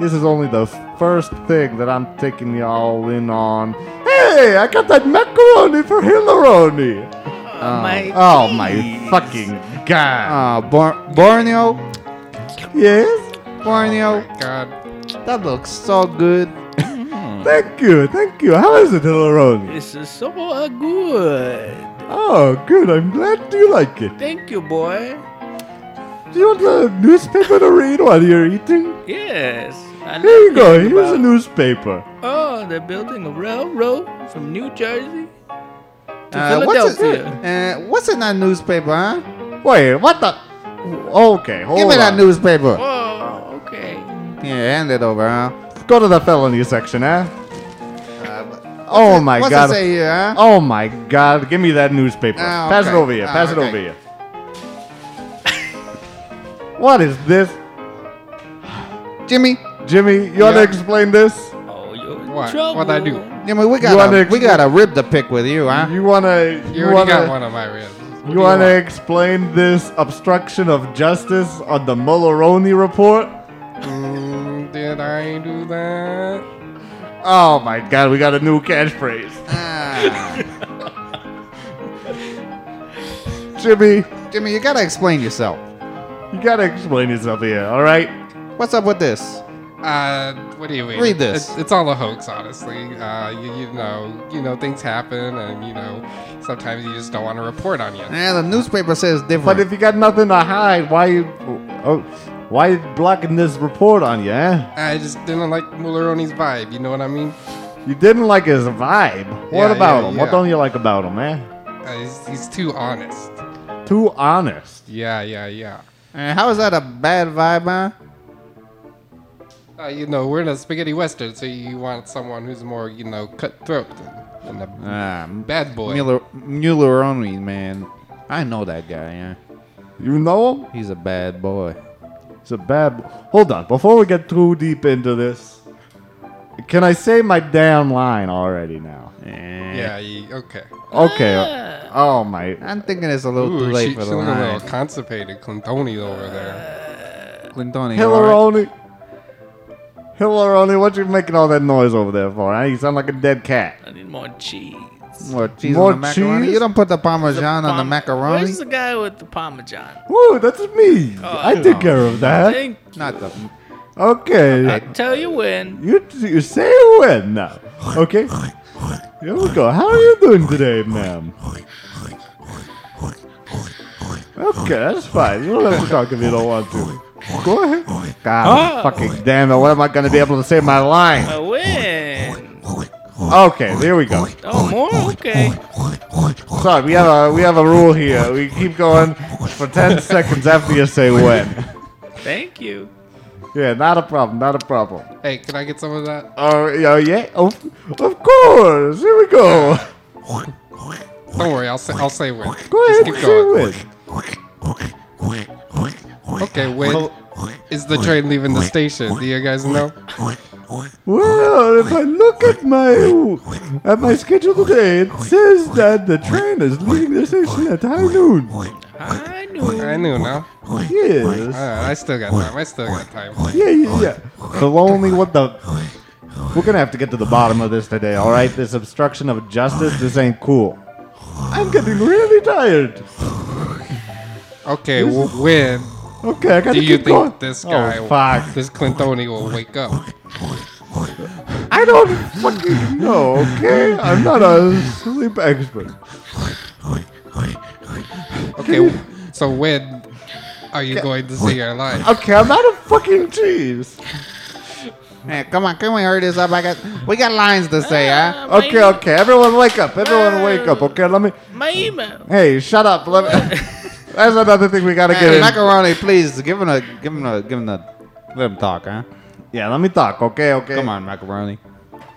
this is only the first thing that I'm taking y'all in on. Hey, I got that macaroni for Hilaroni!
my.
Oh my fucking god.
uh, Bor- Borneo, Uh.
yes?
Borneo,
God.
that looks so good. Mm.
Thank you, thank you. How is it, Hilaroni?
This is so good.
Oh, good. I'm glad you like it.
Thank you, boy.
Do you want the newspaper to read while you're eating?
Yes. I
Here you
love
go.
hearing
Here's a
about-
newspaper.
Oh, they're building a railroad from New Jersey to
Uh, what's it?
Philadelphia.
Uh, what's in that newspaper, huh?
Wait, what the? Okay, hold
Give me
on.
that newspaper.
Oh, okay.
Yeah, hand it over, huh?
Go to the felony section, eh? oh my
Uh, what's
god.
it say here, huh?
Oh my god. Give me that newspaper.
Ah,
Pass it
okay.
over here.
Ah,
Pass it
okay.
over here. what is this?
Jimmy,
Jimmy, you want to
Yeah.
explain this?
Oh, you're in
What?
trouble.
What'd I do?
Jimmy, we got a,
wanna
we
explain-
got a rib to pick with you, huh?
You wanna
You
you
already
wanna
got one on my ribs. What do
you wanna explain this obstruction of justice on the Mullaroni report?
Mm, did I do that?
Oh my god, we got a new catchphrase.
Ah.
(laughs) Jimmy,
Oh, Jimmy, you gotta explain yourself.
you gotta explain yourself here, alright?
What's up with this?
Uh, what do you mean?
Read this.
It's, it's all a hoax, honestly. Uh, you, you know, you know, things happen, and you know, sometimes you just don't want to report on you.
Eh, the newspaper says different.
But if you got nothing to hide, why you oh why you blocking this report on you, eh?
I just didn't like Mullaroni's vibe. You know what I mean?
You didn't like his vibe. What
Yeah,
about
yeah,
him?
yeah.
What don't you like about him, eh?
Uh, he's, he's too honest.
Too honest.
Yeah, yeah, yeah.
Eh, how is that a bad vibe, huh?
Uh, you know, we're in a spaghetti western, so you want someone who's more, you know, cutthroat than, than a
Ah,
bad boy.
Mueller, Mulleroni, man. I know that guy, yeah.
You know him?
He's a bad boy.
It's a bad. Hold on. Before we get too deep into this, can I say my damn line already now?
yeah, he, okay.
Okay. Oh my.
I'm thinking it's a little
Ooh,
too late
she,
for
she's
the
a
line.
little constipated, Clintoni over there.
Clintoni, you alright?
Hilaroni. Hilaroni, what you making all that noise over there for? Huh? You sound like a dead cat.
I need more cheese.
More cheese
More
on the macaroni.
cheese?
You don't put the parmesan on the
Parm-
macaroni.
Where's the guy with the parmesan?
Whoa, that's me. I take care of that.
Thank
Not the.
I
Okay.
tell you when.
You, you say when now. Okay. Here we go. How are you doing today, ma'am? Okay, that's fine. You don't have to talk if you don't want to. Go ahead.
Ah.
God fucking damn it. What am I going to be able to say in my line?
A win.
Okay, there we go.
Oh, more? Okay.
Sorry, we have a we have a rule here. We keep going for ten seconds after you say when.
Thank you.
Yeah, not a problem, not a problem.
Hey, can I get some of that?
Oh yeah, yeah, of, of course. Here we go.
Don't worry, I'll say I'll say when.
Go
Just
ahead,
keep
say
going.
when.
Okay, when is the train leaving the station? Do you guys know?
Well, if I look at my at my schedule today, it says that the train is leaving the station at high noon.
I knew.
I knew now.
Yes.
Alright, I still got time. I still got time.
Yeah, yeah, yeah. Filoni, what the? We're gonna have to get to the bottom of this today, all right? This obstruction of justice, this ain't cool. I'm getting really tired.
Okay, well, when
Okay, I gotta
do you
keep going.
think this guy,
Oh,
will-
fuck.
this Clintoni, will wake up?
I don't fucking know, okay? I'm not a sleep expert.
Okay, so when are you going to see your life?
Okay, I'm not a fucking cheese.
Hey, come on, can we hurry this up? I got, we got lines to say, huh?
Okay, okay, everyone wake up. Everyone wake up, okay? Let me.
My email.
Hey, shut up. Let me. (laughs) That's another thing we gotta get
Hey,
in.
macaroni, please give him a give him a give him a let him talk, huh?
Yeah, let me talk, okay? Okay.
Come on, macaroni.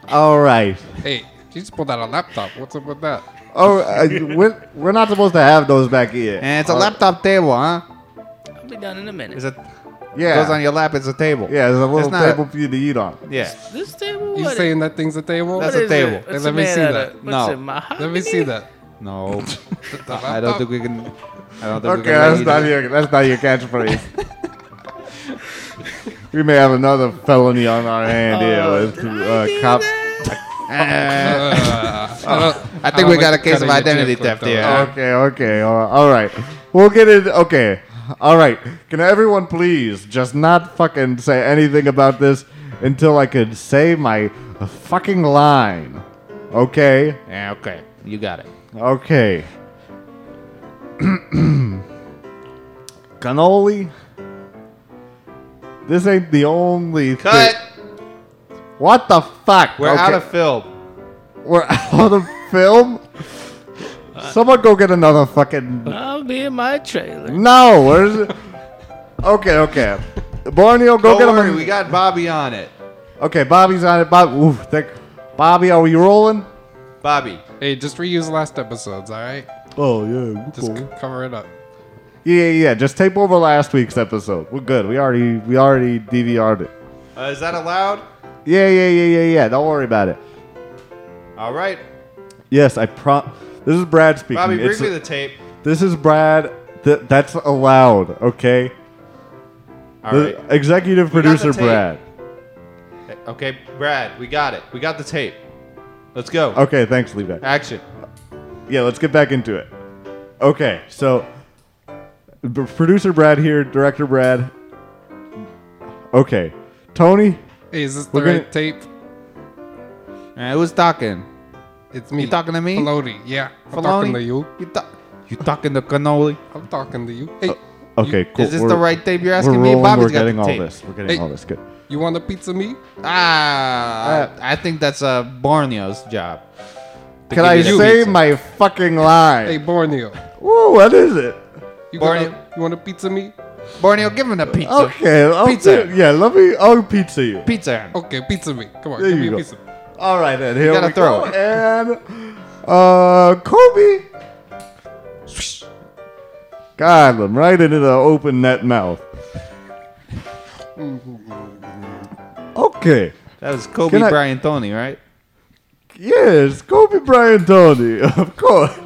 All right.
Hey, she just pulled out a laptop. What's up with that?
Oh, uh, we're, we're not supposed to have those back here.
And it's a laptop table, huh?
I'll be done in a minute.
Is it
Uh, yeah.
goes on your lap? It's a table.
yeah, there's a little
not a-
table for you to eat on.
Yeah.
this table?
You
what
saying that thing's a table?
That's
What
a
is
table.
it? It's
Let
a
me
man
see
out
that.
of-
No.
what's in my
Let me see
honey?
that.
No,
The
I don't
laptop?
think we can. I don't think we can.
Okay,
let
that's
you
not
do-
your that's not your catchphrase. (laughs) we may have another felony on our hand
Oh,
here with uh, cop. (laughs)
Uh, I, don't-
Oh, I think
don't
we got a
like
case of
cutting your
identity
jib quick,
theft
though.
here. huh?
Okay, okay, all all right. We'll get it. Okay, all right. Can everyone please just not fucking say anything about this until I could say my fucking line? Okay,
Yeah, okay. You got it.
okay. (clears throat) Cannoli. This ain't the only thi-
Cut.
What the fuck?
We're out
Okay.
of film.
We're (laughs) out of film. Someone go get another fucking.
I'll be in my trailer.
No, where's it? Okay, okay. Borneo, go
Don't
get
worry,
him. a-
we got Bobby on it.
okay, Bobby's on it. Bob, ooh, thank, Bobby, are we rolling?
Bobby.
Hey, just reuse last episode's, all right?
Oh yeah,
Just c- cover it up.
yeah, yeah. Just tape over last week's episode. We're good. We already, we already DVR'd it.
Uh, is that allowed?
Yeah, yeah, yeah, yeah, yeah. Don't worry about it.
All right.
Yes, I prom. This is Brad speaking.
Bobby, bring
It's-
me the tape.
this is Brad. Th- that's allowed. Okay.
All
The
right.
Executive
We got the
producer
tape.
Brad.
Okay, Brad, we got it. We got the tape. Let's go.
Okay, thanks, Levi.
Action.
Yeah, let's get back into it. Okay, so b- producer Brad here, director Brad. Okay, Tony.
Hey, is this the
We're
right
gonna-
tape?
Uh, who's talking?
It's me.
You talking to me?
Floaty, yeah. I'm talking
Filoni?
to you.
You, ta- you talking to cannoli?
I'm talking to you. Hey,
Okay, cool.
Is this
we're-
the right tape you're
We're
asking me?
rolling,
Bobby's
we're
got
getting
the
all
tape.
this. We're getting
Hey.
all this. Good.
you want a pizza me?
Ah,
Uh,
I think that's uh, Borneo's job. to
Can
give
I
you the
say
pizza.
my fucking
Hey,
line?
Borneo.
Ooh, what is it?
You,
Borneo.
gonna, you want a pizza me?
Borneo, give him the pizza.
Okay, I'll
pizza.
do- yeah, let me. I'll pizza you.
Pizza.
Okay, pizza me. Come on,
There
give
you
me
go.
a pizza.
All right, then here
gotta
we
throw
go.
it.
And uh, Kobe. God, them right into the open net mouth.
Mm-hmm.
Okay.
That was Kobe
Can I-
Bryant Tony, right?
Yes, Kobe Bryant Tony, (laughs) of course.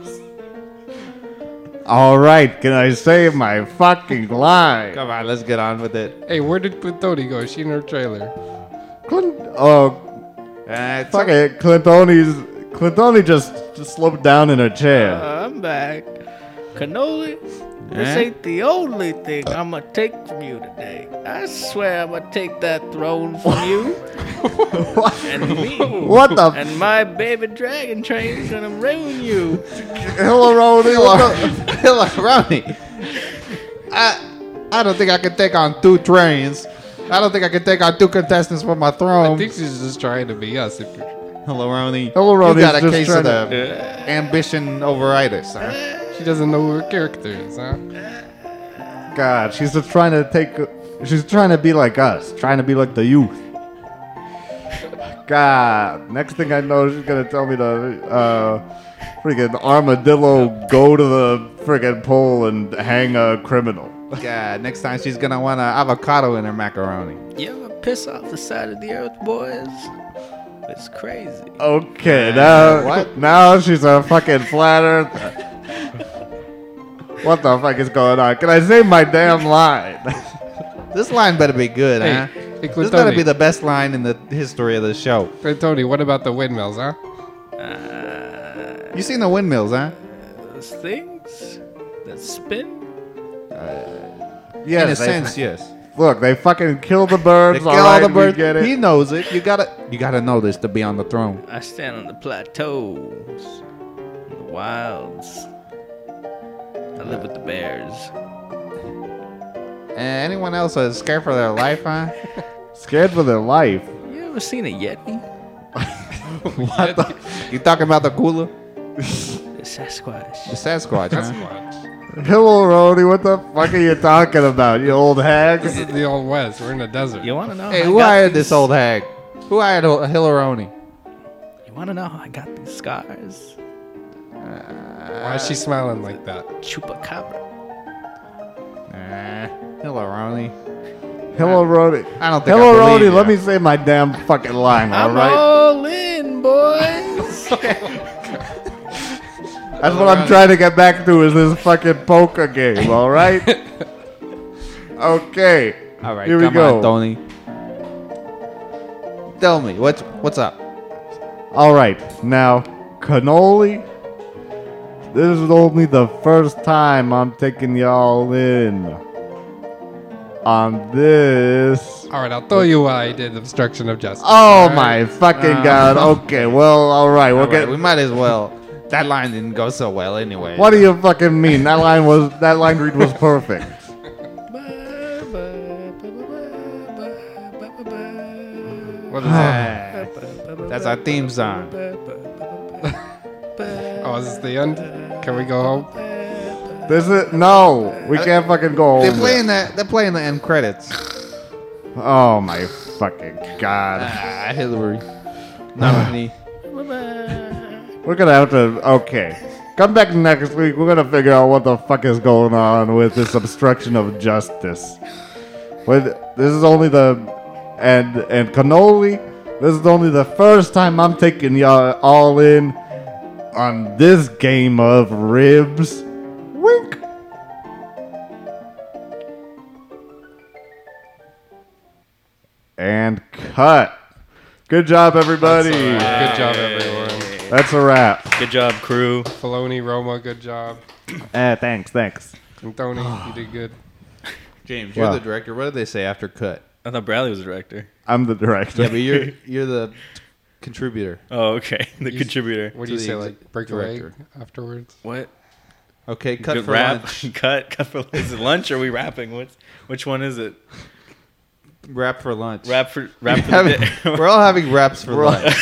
All right, can I say my fucking line?
Come on, let's get on with it.
Hey, where did Clintoni go? Is she in her trailer?
Clint, oh,
Uh,
fuck it. Clintoni's, Clintoni just, just slowed down in her chair.
I'm back. Cannoli, this
Eh?
ain't the only thing I'm gonna take from you today. I swear I'm gonna take that throne from you. and me.
what the f-
And my baby dragon train's gonna ruin
(laughs)
you.
(laughs)
Hilaroni?
Hilaroni. I,
I don't think I can take on two trains. I don't think I can take on two contestants for my
I
throne.
think she's just trying to be us. If you-
Hello, Ronnie.
Hello,
You
Ronnie.
got a
just
case of Mm,
trying to-
the ambition overitis, huh?
she doesn't know who her character is, huh?
God, she's just trying to take. She's trying to be like us. Trying to be like the youth. God. Next thing I know, she's gonna tell me to uh, freaking armadillo go to the freaking pole and hang a criminal.
God, next time she's gonna want an avocado in her macaroni.
You ever piss off the side of the earth, boys? It's crazy.
Okay, now now she's a fucking flat earth. what the fuck is going on? Can I say my damn line?
This line better be good,
Hey,
huh?
hey,
This better
Clintoni.
be the best line in the history of the show.
Hey, Tony, what about the windmills, huh?
You seen the windmills, huh?
Those things that spin.
yes,
in a
they-
sense, yes.
Look, they fucking kill the birds.
They kill
all right,
all the birds.
We get
He
it.
knows it. You gotta, you gotta know this to be on the throne.
I stand on the plateaus, in the wilds. I live with the bears.
And anyone else is scared for their life, huh?
(laughs) Scared for their life.
You ever seen a yeti?
what the? You talking about the cooler,
A Sasquatch.
the Sasquatch? huh?
(laughs) Hello, Rody. What the fuck are you talking about, you old
This
hag?
is the old west. We're in a desert.
You wanna know?
Hey,
how I
who
got
hired
these-
this old hag? Who hired Hilaroni?
You wanna know how I got these scars?
Why is she smiling like that?
Chupacabra.
Eh, Hilaroni.
Hello, Rody.
I don't think. I
Hello,
believe
Rody.
you.
Let me say my damn fucking line, all
I'm
right?
all in,
(laughs)
boys.
That's what I'm trying to get back to is this fucking poker game, all
(laughs)
right? okay.
All right,
Here
come
we go.
on, Tony. Tell me what's what's up.
All right, now cannoli. This is only the first time I'm taking y'all in on this.
All right, I'll tell you why I did obstruction of justice.
Oh
all right?
my fucking god! Okay, well, all right, we'll
Uh. All right,
get.
we might as well. That line didn't go so well anyway.
What do you fucking mean? That line was that line read was perfect.
What is that? That's our theme song.
Oh, is this the end? Can we go home?
This is no,
Uh,
we can't fucking go.
They're
home
playing the they're playing the end credits.
yet. Oh my fucking god!
Ah, Hillary. Nominee.
We're gonna have to. Okay, come back next week. We're gonna figure out what the fuck is going on with this obstruction of justice. With this is only the and and cannoli. This is only the first time I'm taking y'all all in on this game of ribs. Wink. And cut. Good job, everybody.
Good job, everyone.
That's a wrap.
Good job, crew.
Filoni, Roma, good job.
Uh, thanks, thanks.
And Tony,
(sighs)
you did good.
James, you're
Wow.
the director. What did they say after cut?
I thought Bradley was a director.
I'm the director.
Yeah, but you're you're the contributor.
Oh, okay. (laughs) The contributor.
What do you
To the
say,
ex-
like break a leg
director.
afterwards?
What?
Okay, cut
Good
for
rap.
lunch.
(laughs) cut. Cut for is it lunch? Or are we rapping? What's which one is it?
Rap for lunch.
Rap for rap for
(laughs) Having-
the day.
(laughs) we're all having raps
(laughs)
for lunch.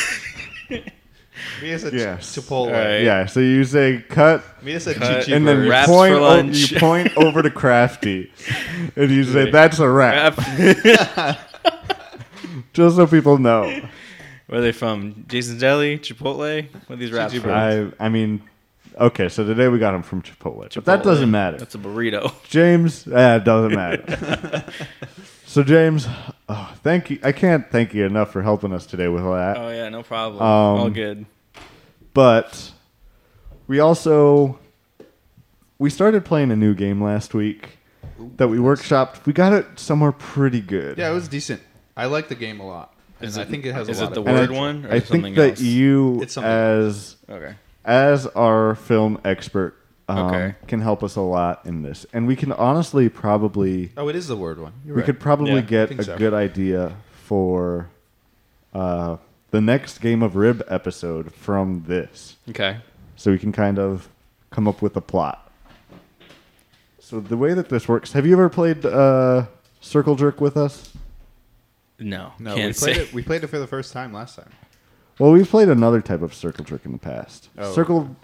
Meet us
(laughs)
at
Yes.
Chipotle.
All right.
Yeah, so you say cut,
Meet us at
Cut.
Chichi
and then you
Bird.
Wraps
point,
for
o-
lunch. (laughs)
you point over to Crafty, and you say, that's a
(laughs)
wrap,
Rap. Where
just so people know.
are they from? Jason's Deli, Chipotle. What are these raps from?
I, I mean, okay, so today we got him from Chipotle, but that doesn't matter.
That's
(laughs)
a burrito.
James, eh, it doesn't matter.
(laughs)
so, James, oh, thank you. I can't thank you enough for helping us today with all that.
Oh yeah, no problem.
Um,
all good.
but we also we started playing a new game last week that we workshopped. We got it somewhere pretty good.
Yeah, it was decent. I like the game a lot. And
Is
I
it-
think it has
is
a
it
lot
the
of
And
word
I,
one or
I
something
think that
else?
you
It's something
as
Okay.
as our film expert um,
Okay.
can help us a lot in this, and we can honestly probably
Oh, it is the word one. You're
we
right.
could probably
Yeah, I
get
think
a
so.
good idea for uh, the next game of rib episode from this
Okay.
so we can kind of come up with a plot. So the way that this works, have you ever played uh, Circle Jerk with us?
No,
No,
can't
we played
say.
it. We played it for the first time last time.
Well, we've played another type of circle jerk in the past.
Oh.
Circle,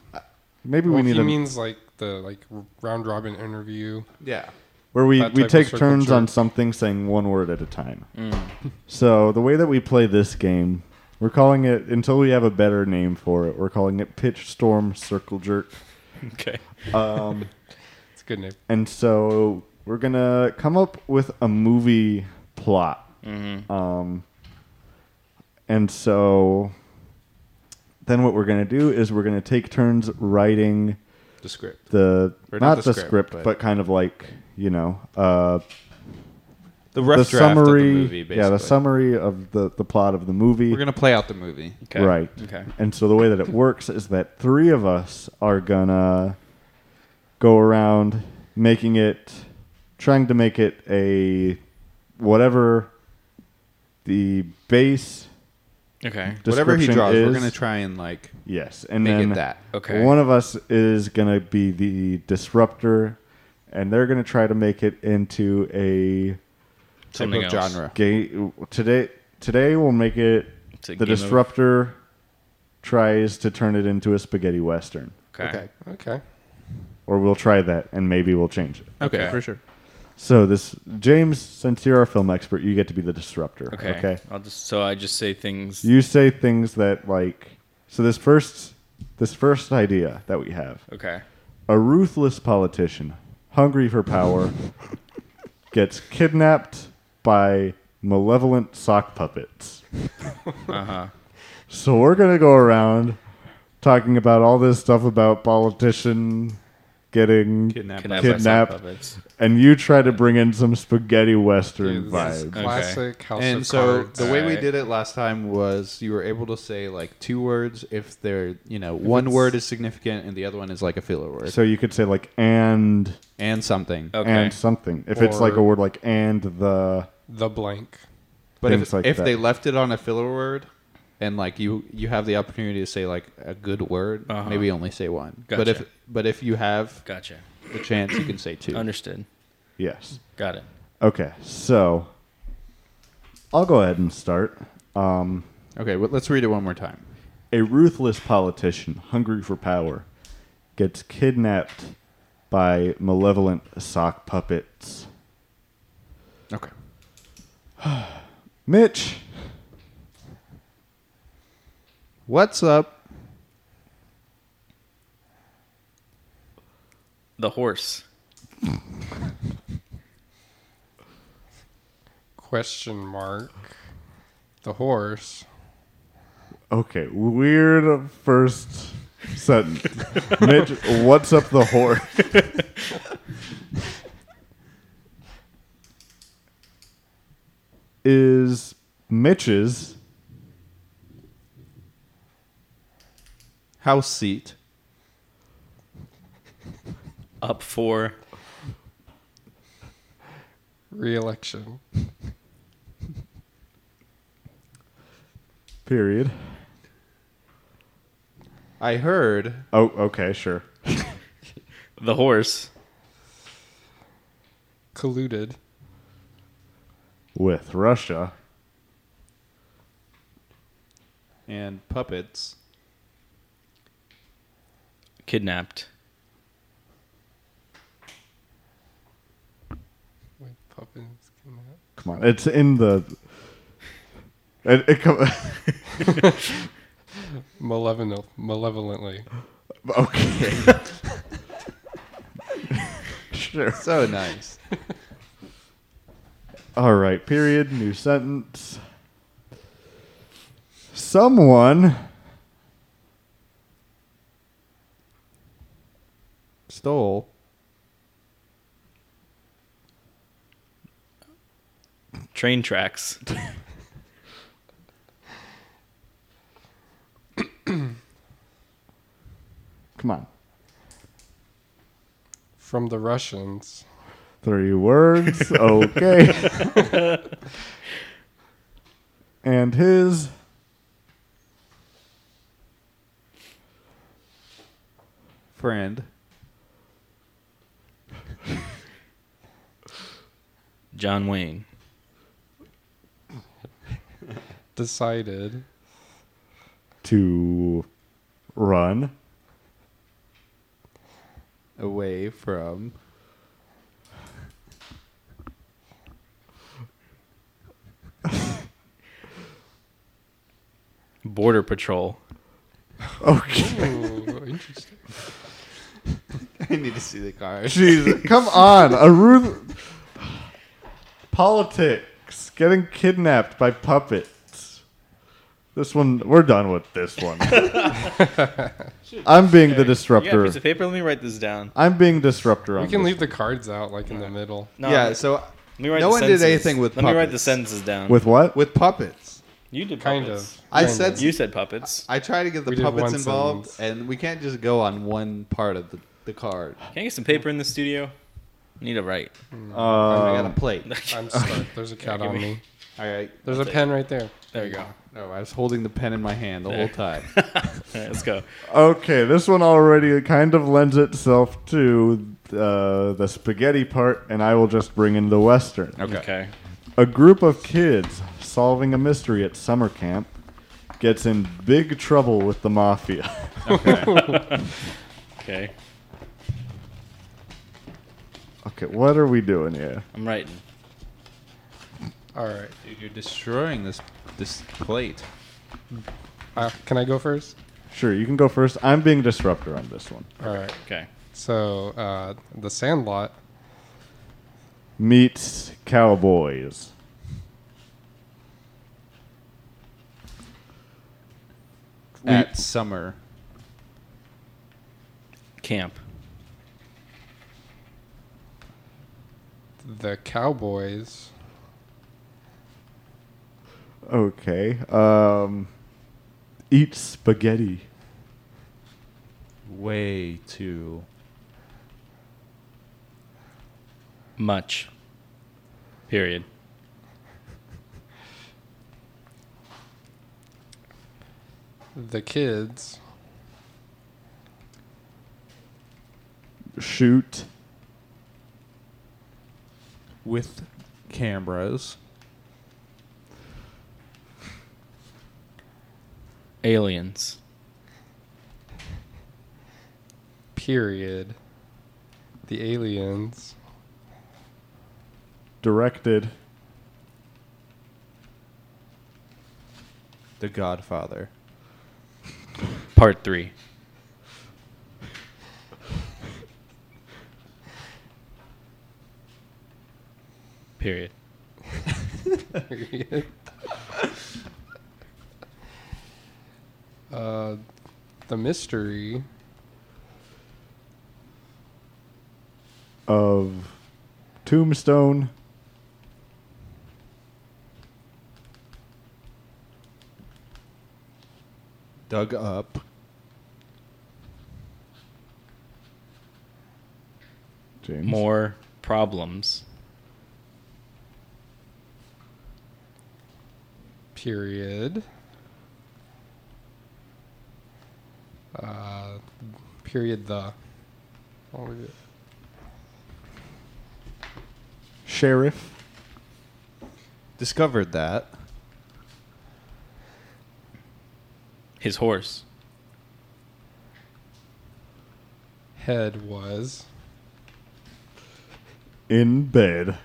maybe
Well,
we need
he
a
means like the like r- round robin interview.
Yeah.
where we,
that
we
type of
take
circle
turns on
jerk.
something, saying one word at a time. So the way that we play this game, we're calling it until we have a better name for it. We're calling it Pitch Storm Circle Jerk.
Okay.
It's a good name.
And so we're gonna come up with a movie plot. Um, and so then what we're gonna do is we're gonna take turns writing
The script.
the
Or
not,
not
the,
the script,
script,
but-
but, kind of like you know uh,
The
the
rough draft
summary.
of the movie. Basically.
yeah, the summary of the the plot of the movie.
We're gonna play out the movie.
Okay.
Right.
Okay.
And so the way that it works is that three of us are gonna go around making it, trying to make it a whatever the base.
Okay.
Whatever he
description
draws, we're
is.
gonna try and like
Yes, and
make
then
it that.
Okay.
one of us is gonna be the disruptor, and they're gonna try to make it into a
Type
Something
of
else.
genre.
game. Today, today we'll make it
It's a
the
game of-
disruptor tries to turn it into a spaghetti western.
Okay.
Okay.
Okay.
or we'll try that and maybe we'll change it.
Okay,
Okay.
for sure.
So this James, since you're our film expert, you get to be the disruptor.
Okay. I'll just so I just say things.
You say things that like so this first this first idea that we have.
Okay.
A ruthless politician, hungry for power, gets kidnapped by malevolent sock puppets.
Uh huh.
So we're gonna go around talking about all this stuff about politician getting
Kidnapped.
Kidnapped.
by-
by sock
Kidnapped.
puppets.
and you try to bring in some spaghetti western
This
vibes.
is
Okay.
Classic House
And
of
so
Cards.
the way we
Alright.
did it last time was you were able to say like two words if they're you know one word is significant and the other one is like a filler word
So you could say like and
and something.
Okay.
and something. If it's like a
Or-
word like and the
the blank.
But if,
things like
if
that.
they left it on a filler word, and like you you have the opportunity to say like a good word,
Uh-huh.
maybe only say one. But
Gotcha.
if but if you have
Gotcha.
the chance, you can say two.
Understood.
yes.
Got it.
Okay. So I'll go ahead and start. Um,
okay, well, let's read it one more time.
a ruthless politician hungry for power gets kidnapped by malevolent sock puppets.
Okay.
Mitch,
What's up?
The horse.
Question mark. The horse.
Okay, weird first sentence. Mitch, what's up the horse? Is Mitch's
House seat.
Up for.
Re-election.
period?
I heard
Oh, okay, sure.
The horse.
Colluded.
With Russia,
and puppets.
Kidnapped.
Wait, puppets came out.
come on, it's in the. It, it come, (laughs)
Malevolent, malevolently.
okay. (laughs) sure.
So nice. (laughs)
All right, period. New sentence. Someone
Stole
Train tracks.
Come on.
From the Russians.
Three words. Okay. and his
friend.
John Wayne. (laughs)
Decided. (laughs)
to run
away from
Border Patrol.
Ooh, interesting.
(laughs) I need to see the card.
Jesus, come on, a ruth politics getting kidnapped by puppets. This one, we're done with this one. I'm being
You
the
got a
disruptor.
piece of paper? Let me write this down.
I'm being disruptor. On
We can
this.
leave the cards out, like in the middle.
No,
(laughs) yeah, so
let me write
no
the
one did
sentences.
anything with
Let me write the
puppets.
sentences down.
with what?
with puppets.
you did
Kind
puppets.
of.
I
Kind
said
of.
You said puppets.
I try to get the
We did
puppets
one
involved,
sentence.
and we can't just go on one part of the, the card.
Can I get some paper in the studio? I need to write.
I got
Um,
a plate. (laughs)
I'm stuck. There's a cat on me.
All right.
There's a pen right there.
There we go.
No, oh, I was holding the pen in my hand the
(laughs)
whole time.
(laughs) All right, let's go.
okay, this one already kind of lends itself to uh, the spaghetti part, and I will just bring in the western.
Okay.
A group of kids solving a mystery at summer camp gets in big trouble with the mafia. (laughs)
Okay.
okay, what are we doing here?
I'm writing.
All right.
Dude, you're destroying this this plate.
Uh, can I go first?
Sure, you can go first. I'm being disruptor on this one.
All right.
Okay.
So uh, the Sandlot.
Meets Cowboys.
At summer
Camp.
The Cowboys.
Okay. Um, eat spaghetti.
way too
Much. Period.
The kids.
Shoot.
with cameras.
Aliens.
Period. The aliens.
Directed.
The Godfather.
Part three. Period.
Period. uh, the mystery.
Of Tombstone.
Dug up.
James.
More problems.
Period. Uh, period. The. I'll leave it.
Sheriff.
Discovered that.
His horse.
Head was.
In bed.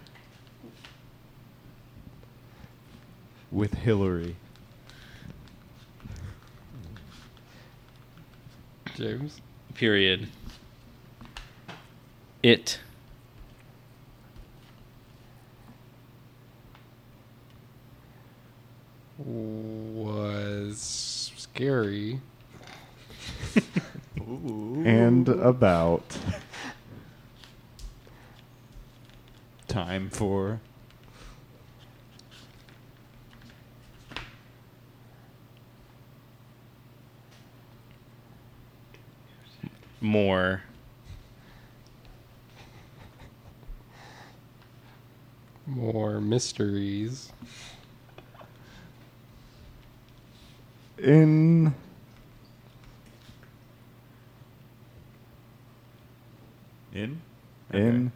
With Hillary.
James.
Period. It.
was scary.
And about.
Time for
More.
More mysteries.
In.
in
In.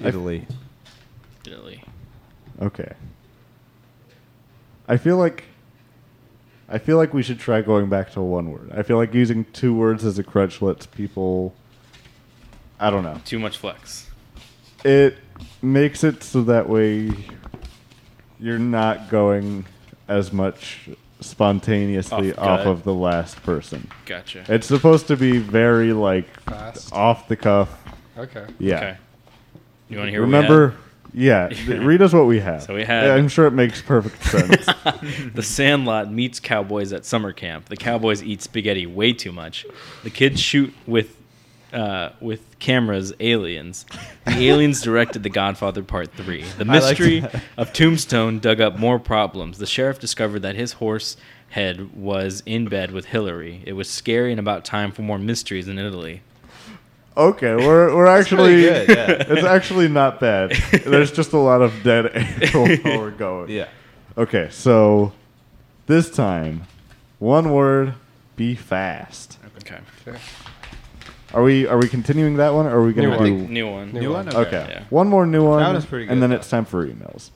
Italy.
Italy.
Okay. I feel like I feel like we should try going back to one word. I feel like using two words as a crutch lets people I don't know.
Too much flex.
It makes it so that way you're not going as much spontaneously
Off
off
gut.
of the last person.
Gotcha.
It's supposed to be very like
Fast.
off the cuff.
Okay.
Yeah.
Okay. You want to hear? what we had?
Remember
(laughs)
yeah, th- read us what we have.
So we had-
I'm sure it
(laughs)
makes perfect sense.
The Sandlot meets cowboys at summer camp. The cowboys eat spaghetti way too much. The kids shoot with uh, with cameras aliens. The
(laughs)
aliens directed The Godfather Part 3. The mystery of Tombstone dug up more problems. The sheriff discovered that his horse head was in bed with Hillary. It was scary and about time for more mysteries in Italy.
Okay, we're we're actually
pretty good, yeah.
(laughs) it's actually
(laughs)
not bad. There's just a lot of dead air while we're going.
Yeah.
Okay, so this time, one word: be fast.
Okay.
Are we are we continuing that one? Or are we
New
gonna
one.
do
New one.
New
New one?
okay?
yeah.
One more new one,
That was pretty
and
good,
then
though.
it's time for emails.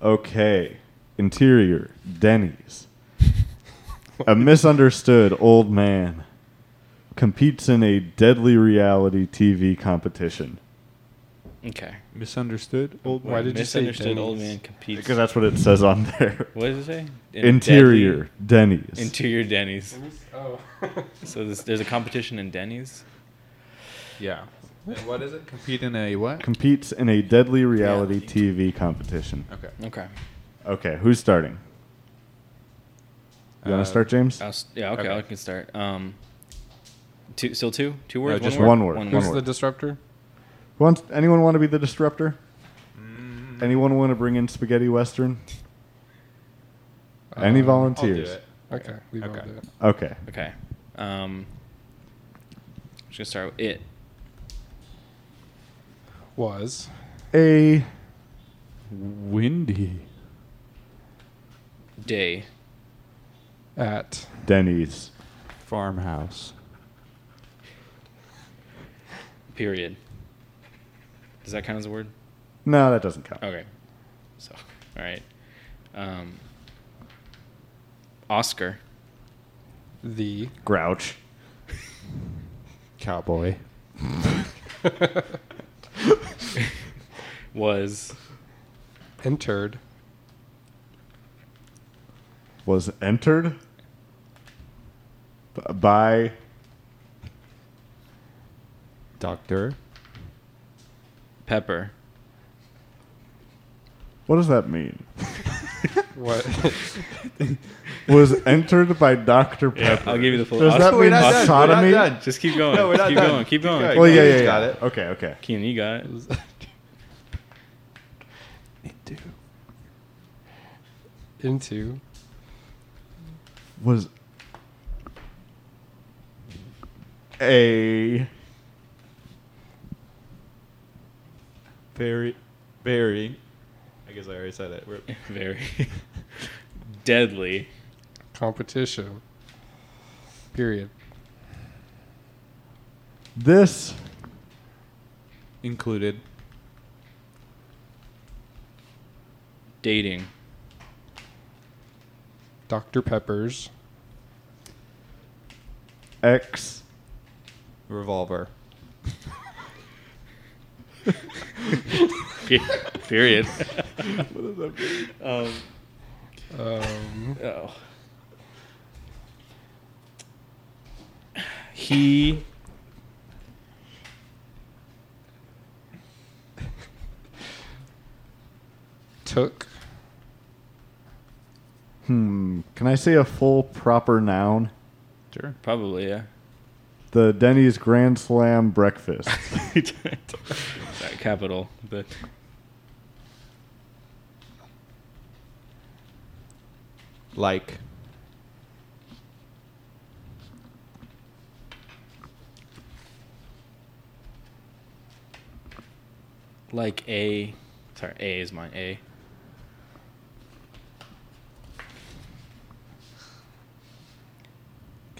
Okay, interior
(laughs)
Denny's. a misunderstood old man competes in a deadly reality TV competition
Okay.
Misunderstood old
Why did you say
Misunderstood old
Denny's?
man competes.
because that's what it says on there.
What does it say? In
Interior Denny's.
Deadly- interior Denny's.
(laughs) Oh.
So this, there's a competition in Denny's.
Yeah. what is it? Compete in a what?
competes in a deadly reality TV competition.
Okay.
Okay.
Okay, who's starting? You want
Uh,
to start, James?
I'll, s- yeah. Okay,
Okay.
I can start. Um, two, still two, two words.
just
one word.
One
One
Who's
word.
word.
the disruptor?
Wants, anyone want to be the disruptor?
Mm.
Anyone want to bring in spaghetti western? Any
Uh,
I'll do
volunteers?
it.
Okay. Leave
Okay.
It on
Okay.
Okay. Um, I'm just gonna start with it.
Was.
A
Windy.
Day.
At.
Denny's.
Farmhouse.
Period. Does that count as a word?
No, that doesn't
Uh.
count.
Okay. So, all right. Um, Oscar.
The.
Grouch.
Cowboy.
was
Entered.
Was entered b- by
Doctor.
Pepper.
what does that mean?
What? (laughs)
(laughs)
Was entered by Dr. Pepper.
I'll give you the full.
Does that
We're
mean
not done. We're not
sodomy?
done.
Just keep going.
No, we're not
keep
done.
going. Keep
Keep
going.
going.
Well, yeah, yeah,
He's
yeah.
got it.
Okay, okay.
Keenan, you got it.
Into.
Into.
was a
Very. Very. I guess I already said it. We're,
(laughs) Very deadly.
Competition. Period.
this
included.
Dating.
Dr. Pepper's.
X
Revolver.
Pe- Period. um,
Um,
oh. He.
took.
hmm can I say a full proper noun?
Sure.
Probably, yeah.
The Denny's Grand Slam breakfast.
Not capital, but
Like.
like a. Sorry, A is mine. A.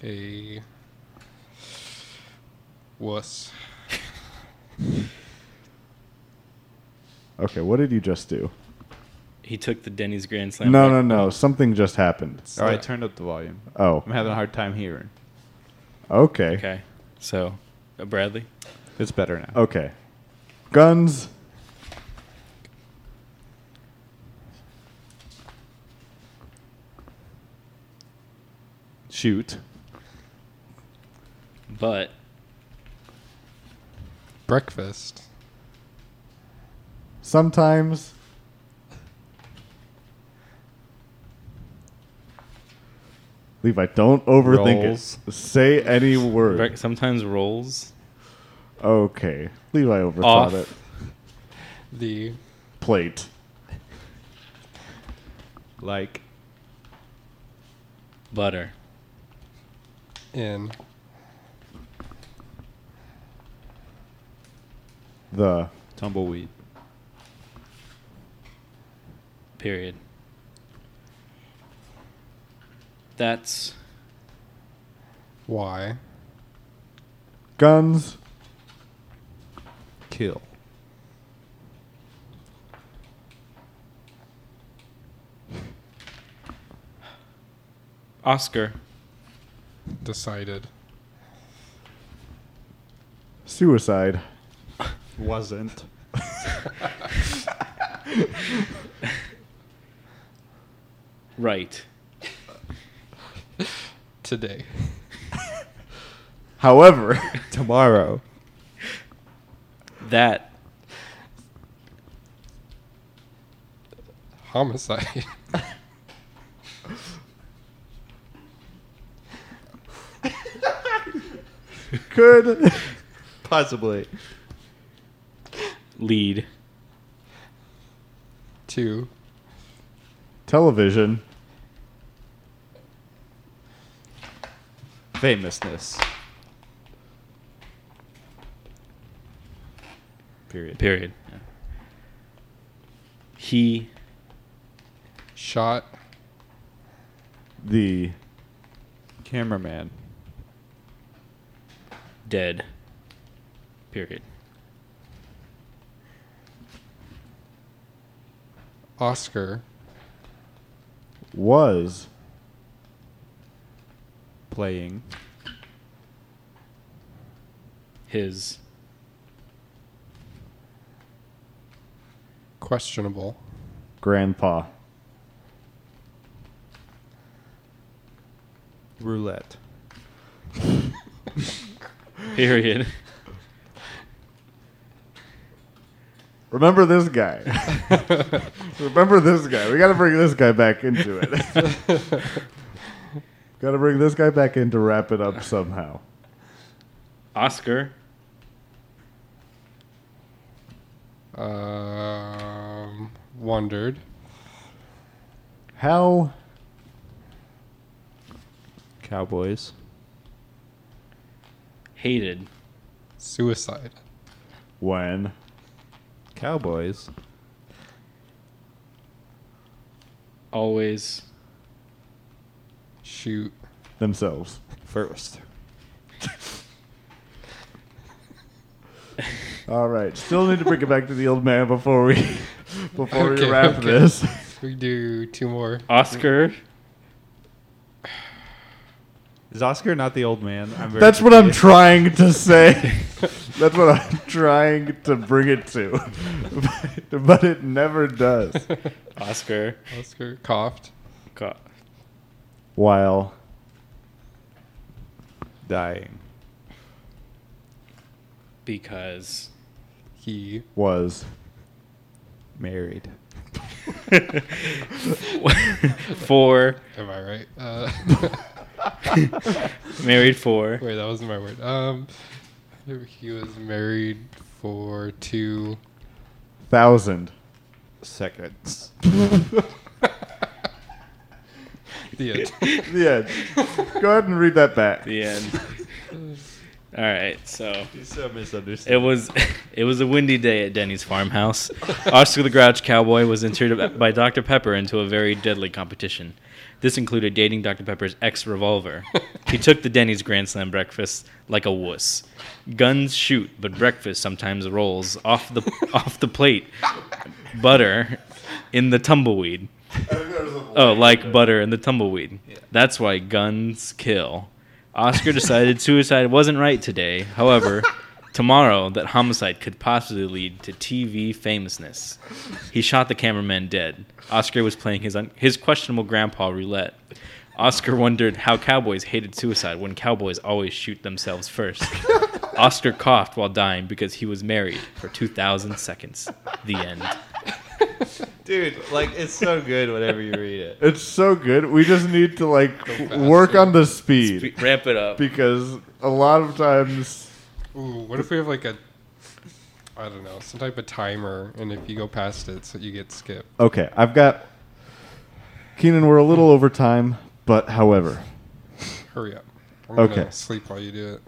A. Wuss.
Okay, what did you just do?
He took the Denny's Grand Slam.
No, no, no. Something just happened.
All right, turned up the volume.
Oh,
I'm having a hard time hearing.
okay.
Okay. So, uh, Bradley.
It's better now.
Okay. Guns.
Shoot.
But
Breakfast.
Sometimes. Levi, don't overthink
Rolls.
it. Say any word.
bre- sometimes rolls
okay. Levi overthought
off.
it.
The
Plate.
Like
Butter.
in
The
tumbleweed.
Period. That's
why
guns.
Kill.
Oscar. (laughs)
decided
Suicide.
Wasn't.
Right.
today. (laughs)
However,
Tomorrow.
That
Homicide. (laughs)
could
Possibly.
lead
to
television
Famousness. Period.
period. Yeah. He
shot
the
Cameraman.
dead. Period.
Oscar
was
Playing.
His
questionable
grandpa
Roulette.
period.
Remember
(laughs)
this guy. Remember this guy. We got to bring this guy back into it.
(laughs)
got to bring this guy back in to wrap it up somehow.
Oscar
um, wondered
How
Cowboys.
hated
suicide
when
Cowboys.
always
shoot
themselves.
First.
All right. Still need to bring it back to the old man before we (laughs) before we
Okay,
wrap
okay.
this.
we do two more (laughs)
Oscar
Is Oscar not the old man? I'm very
That's what I'm
confused.
trying to say. That's what I'm trying to bring it to. (laughs) but, but it never does.
Oscar
Oscar coughed
co-
While
dying.
because (laughs)
he
was
Married.
for
am I right uh, (laughs)
married for
wait that wasn't my word um he was married for two (laughs)
thousand
Seconds.
the end.
the end. Go ahead and read that back.
the end. All right, so
He's so misunderstood.
it was (laughs) it was a windy day at Denny's farmhouse. (laughs) Oscar the Grouch Cowboy was entered by Dr Pepper into a very deadly competition. This included dating Dr. Pepper's ex revolver. he took the Denny's Grand Slam breakfast like a wuss. Guns shoot, but breakfast sometimes rolls off the (laughs) off the plate. Butter in
(laughs)
the tumbleweed. Oh, like butter in the tumbleweed. That's why guns kill. Oscar decided suicide wasn't right today. However, tomorrow that homicide could possibly lead to TV famousness. He shot the cameraman dead. Oscar was playing his un- his questionable grandpa roulette. Oscar wondered how cowboys hated suicide when cowboys always shoot themselves first. Oscar coughed while dying because he was married for 2,000 seconds. The end.
Dude, like it's so good whenever you read it.
It's so good. We just need to like work on the speed
Ramp it up.
because a lot of times
Ooh, what if we have like a, I don't know, some type of timer, and if you go past it, so you get skipped.
Okay, I've got Keenan, we're a little over time, but however.
Hurry up. I'm gonna
Okay.
Sleep while you do it.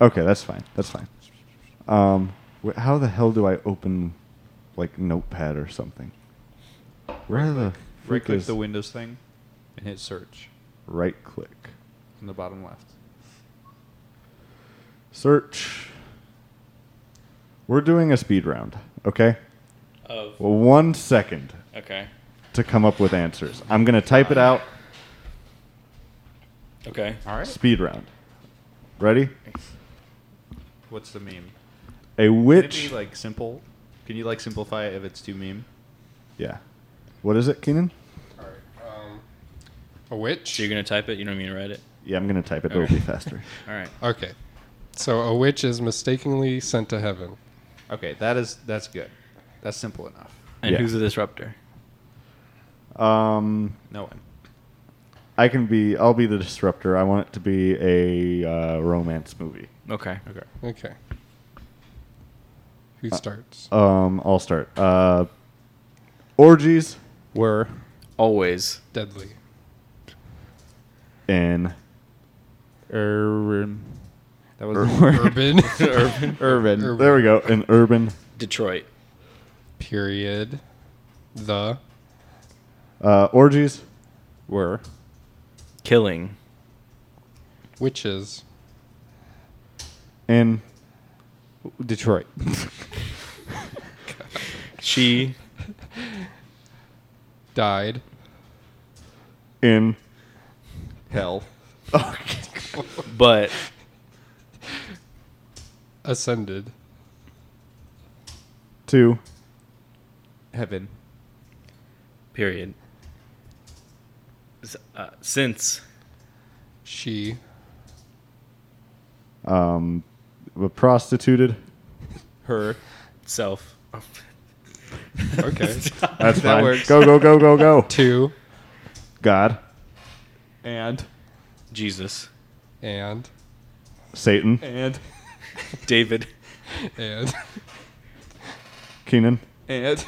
Okay, that's fine. That's fine. Um wh- how the hell do I open like notepad or something? Where the
Right
freak
click
is
the Windows thing and hit search
right click?
in the bottom left.
Search. We're doing a speed round, okay?
Of,
Well, one second
okay.
to come up with answers. I'm gonna type it out.
Okay.
Speed round. Ready?
What's the meme? Can
A
it
witch.
be like simple? Can you like simplify it if it's too meme?
yeah. What is it, Keenan?
A witch.
So you're going to type it? You don't mean to write it?
Yeah, I'm gonna type it. It'll be faster.
All right.
okay. So a witch is mistakenly sent to heaven.
Okay, that is that's good. That's simple enough.
And
Yeah.
who's the disruptor?
Um,
No one.
I can be. I'll be the disruptor. I want it to be a uh, romance movie.
Okay.
Okay.
Okay. Who starts?
Um, I'll start. Uh, orgies
Were
Always.
Deadly.
in
urban. That was (laughs) the word.
Urban.
urban.
Urban.
there we go in urban
(laughs) Detroit.
Period. The.
uh, orgies.
Were
Killing.
Witches.
In
Detroit.
She.
Died.
in
Hell.
(laughs) But
Ascended.
two
Heaven.
period. S- Uh, since
She.
um,
(laughs)
prostituted.
Her. (laughs)
self.
Okay.
That's
That
fine.
works.
Go go go go go.
(laughs)
Two.
God,
And.
(laughs) Jesus.
And.
Satan,
And.
David.
And. (laughs)
Keenan,
And.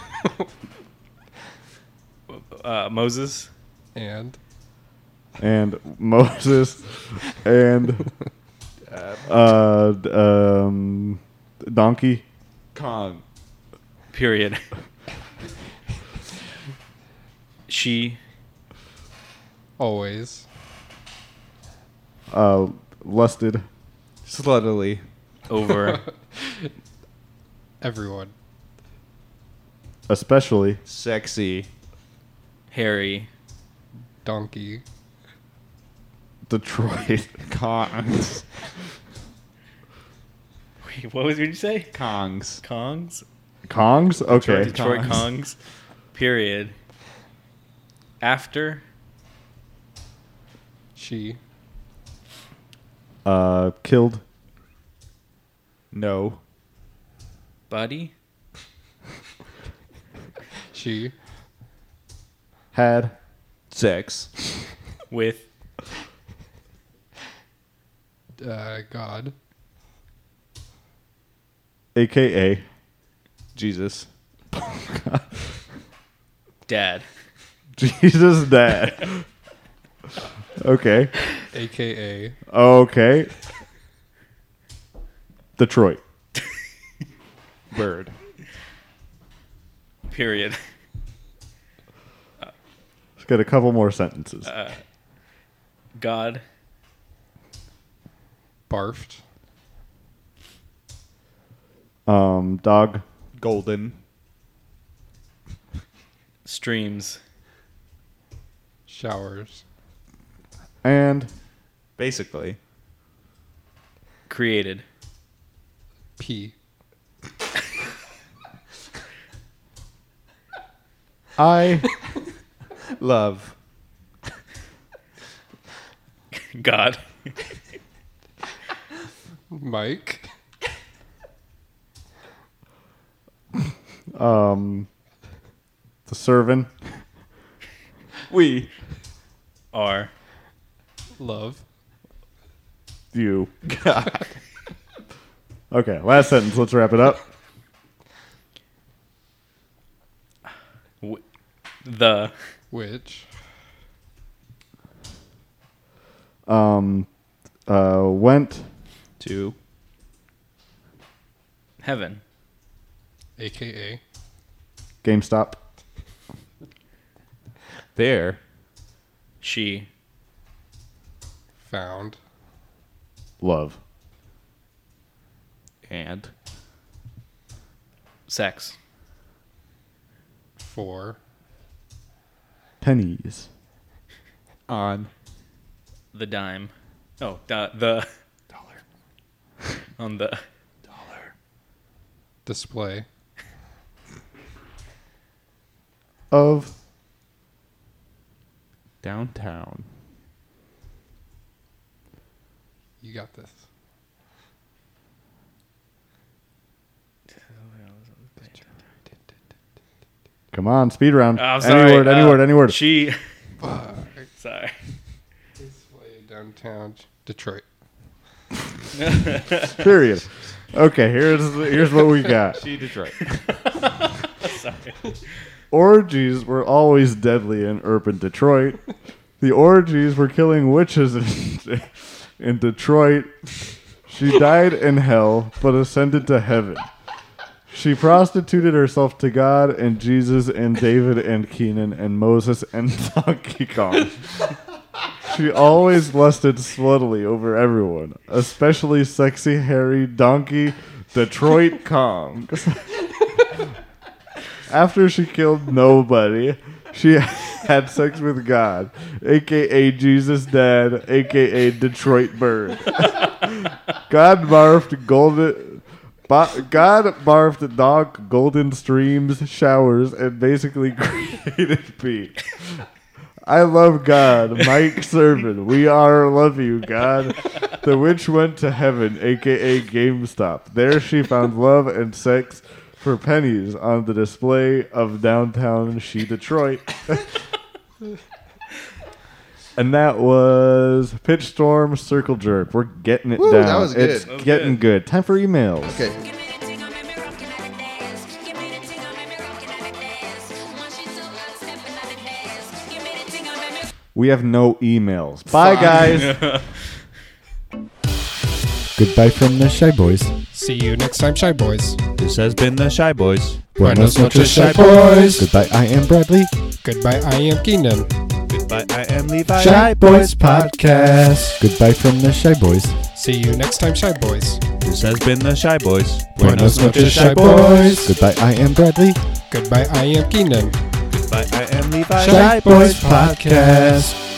Uh, Moses.
And.
and Moses, and uh, d- um, donkey.
Kong. (laughs)
Period. she.
Always.
uh, lusted
Sluttily.
Over.
Everyone.
especially
Sexy.
Harry.
Donkey.
(laughs)
Detroit.
Kongs.
Wait, what was what did you say?
Kongs.
Kongs.
Kongs? Okay.
Detroit
Kongs.
Kongs. Period. After.
She.
Uh, killed
No.
Buddy.
She.
had
Sex.
With.
Uh, God.
aka
Jesus.
Dad.
(laughs) Jesus dad. okay.
AKA.
Okay. Detroit.
Bird.
Period.
Get a couple more sentences.
God
Barfed.
Um, dog.
Golden.
streams
Showers.
And
Basically.
created
Pee.
I
Love.
God
Mike. (laughs)
um the servant.
We.
are
Love.
You. (laughs) okay, last sentence. Let's wrap it up.
w- the
Which.
Um, uh, went
Two.
heaven
AKA.
GameStop.
There.
she
Found.
Love.
And.
sex
For.
Pennies.
On.
the dime oh da, the dollar on the
Display.
Of
Downtown.
You got this.
come on, speed round.
Oh, I'm
Mm-hmm. any
sorry.
word, any
uh,
word, any
(laughs)
word.
She. (laughs) sorry.
Display downtown Detroit.
(laughs)
Period. Okay, here's here's what we got.
She Detroit.
Orgies were always deadly in urban Detroit. The orgies were killing witches in, (laughs) in Detroit. She died in hell, but ascended to heaven. She prostituted herself to God and Jesus and David and Keenan and Moses and (laughs) Donkey Kong. She always lusted sluttily over everyone, especially sexy, hairy, donkey, Detroit Kong. (laughs) After she killed nobody, she (laughs) had sex with God, aka Jesus Dad, aka Detroit Bird. (laughs) God barfed golden. Bo- God barfed dog golden streams, showers, and basically (laughs) created pee. I love God, Mike Sermon. We are love you, God. The witch went to heaven, aka GameStop. There she found love and sex for pennies on the display of downtown she Detroit. (laughs) and that was Pitch Storm Circle Jerk. We're getting it
Woo,
down.
that was good.
It's
That
was
getting good. Time for emails.
Okay.
Give me the tingle, make me rock it like a dance. Give me the tingle, make me rock it like a dance. Once you took one step and I dance. Give me the tingle, make me
We have no emails. Bye, guys.
(laughs)
Goodbye from the Shy Boys.
See you next time, Shy Boys.
This has been the Shy Boys.
Buenos noches, Shy Boys. Goodbye, I am Bradley.
Goodbye, I am Keenan.
Goodbye, I am Levi.
Shy Boys Podcast. Goodbye from the Shy Boys.
See you next time, Shy Boys.
This has been the Shy Boys.
Buenos noches, Shy Boys. Goodbye, I am Bradley.
Goodbye, I am Keenan.
Goodbye, I am Levi.
Shy Boys Podcast.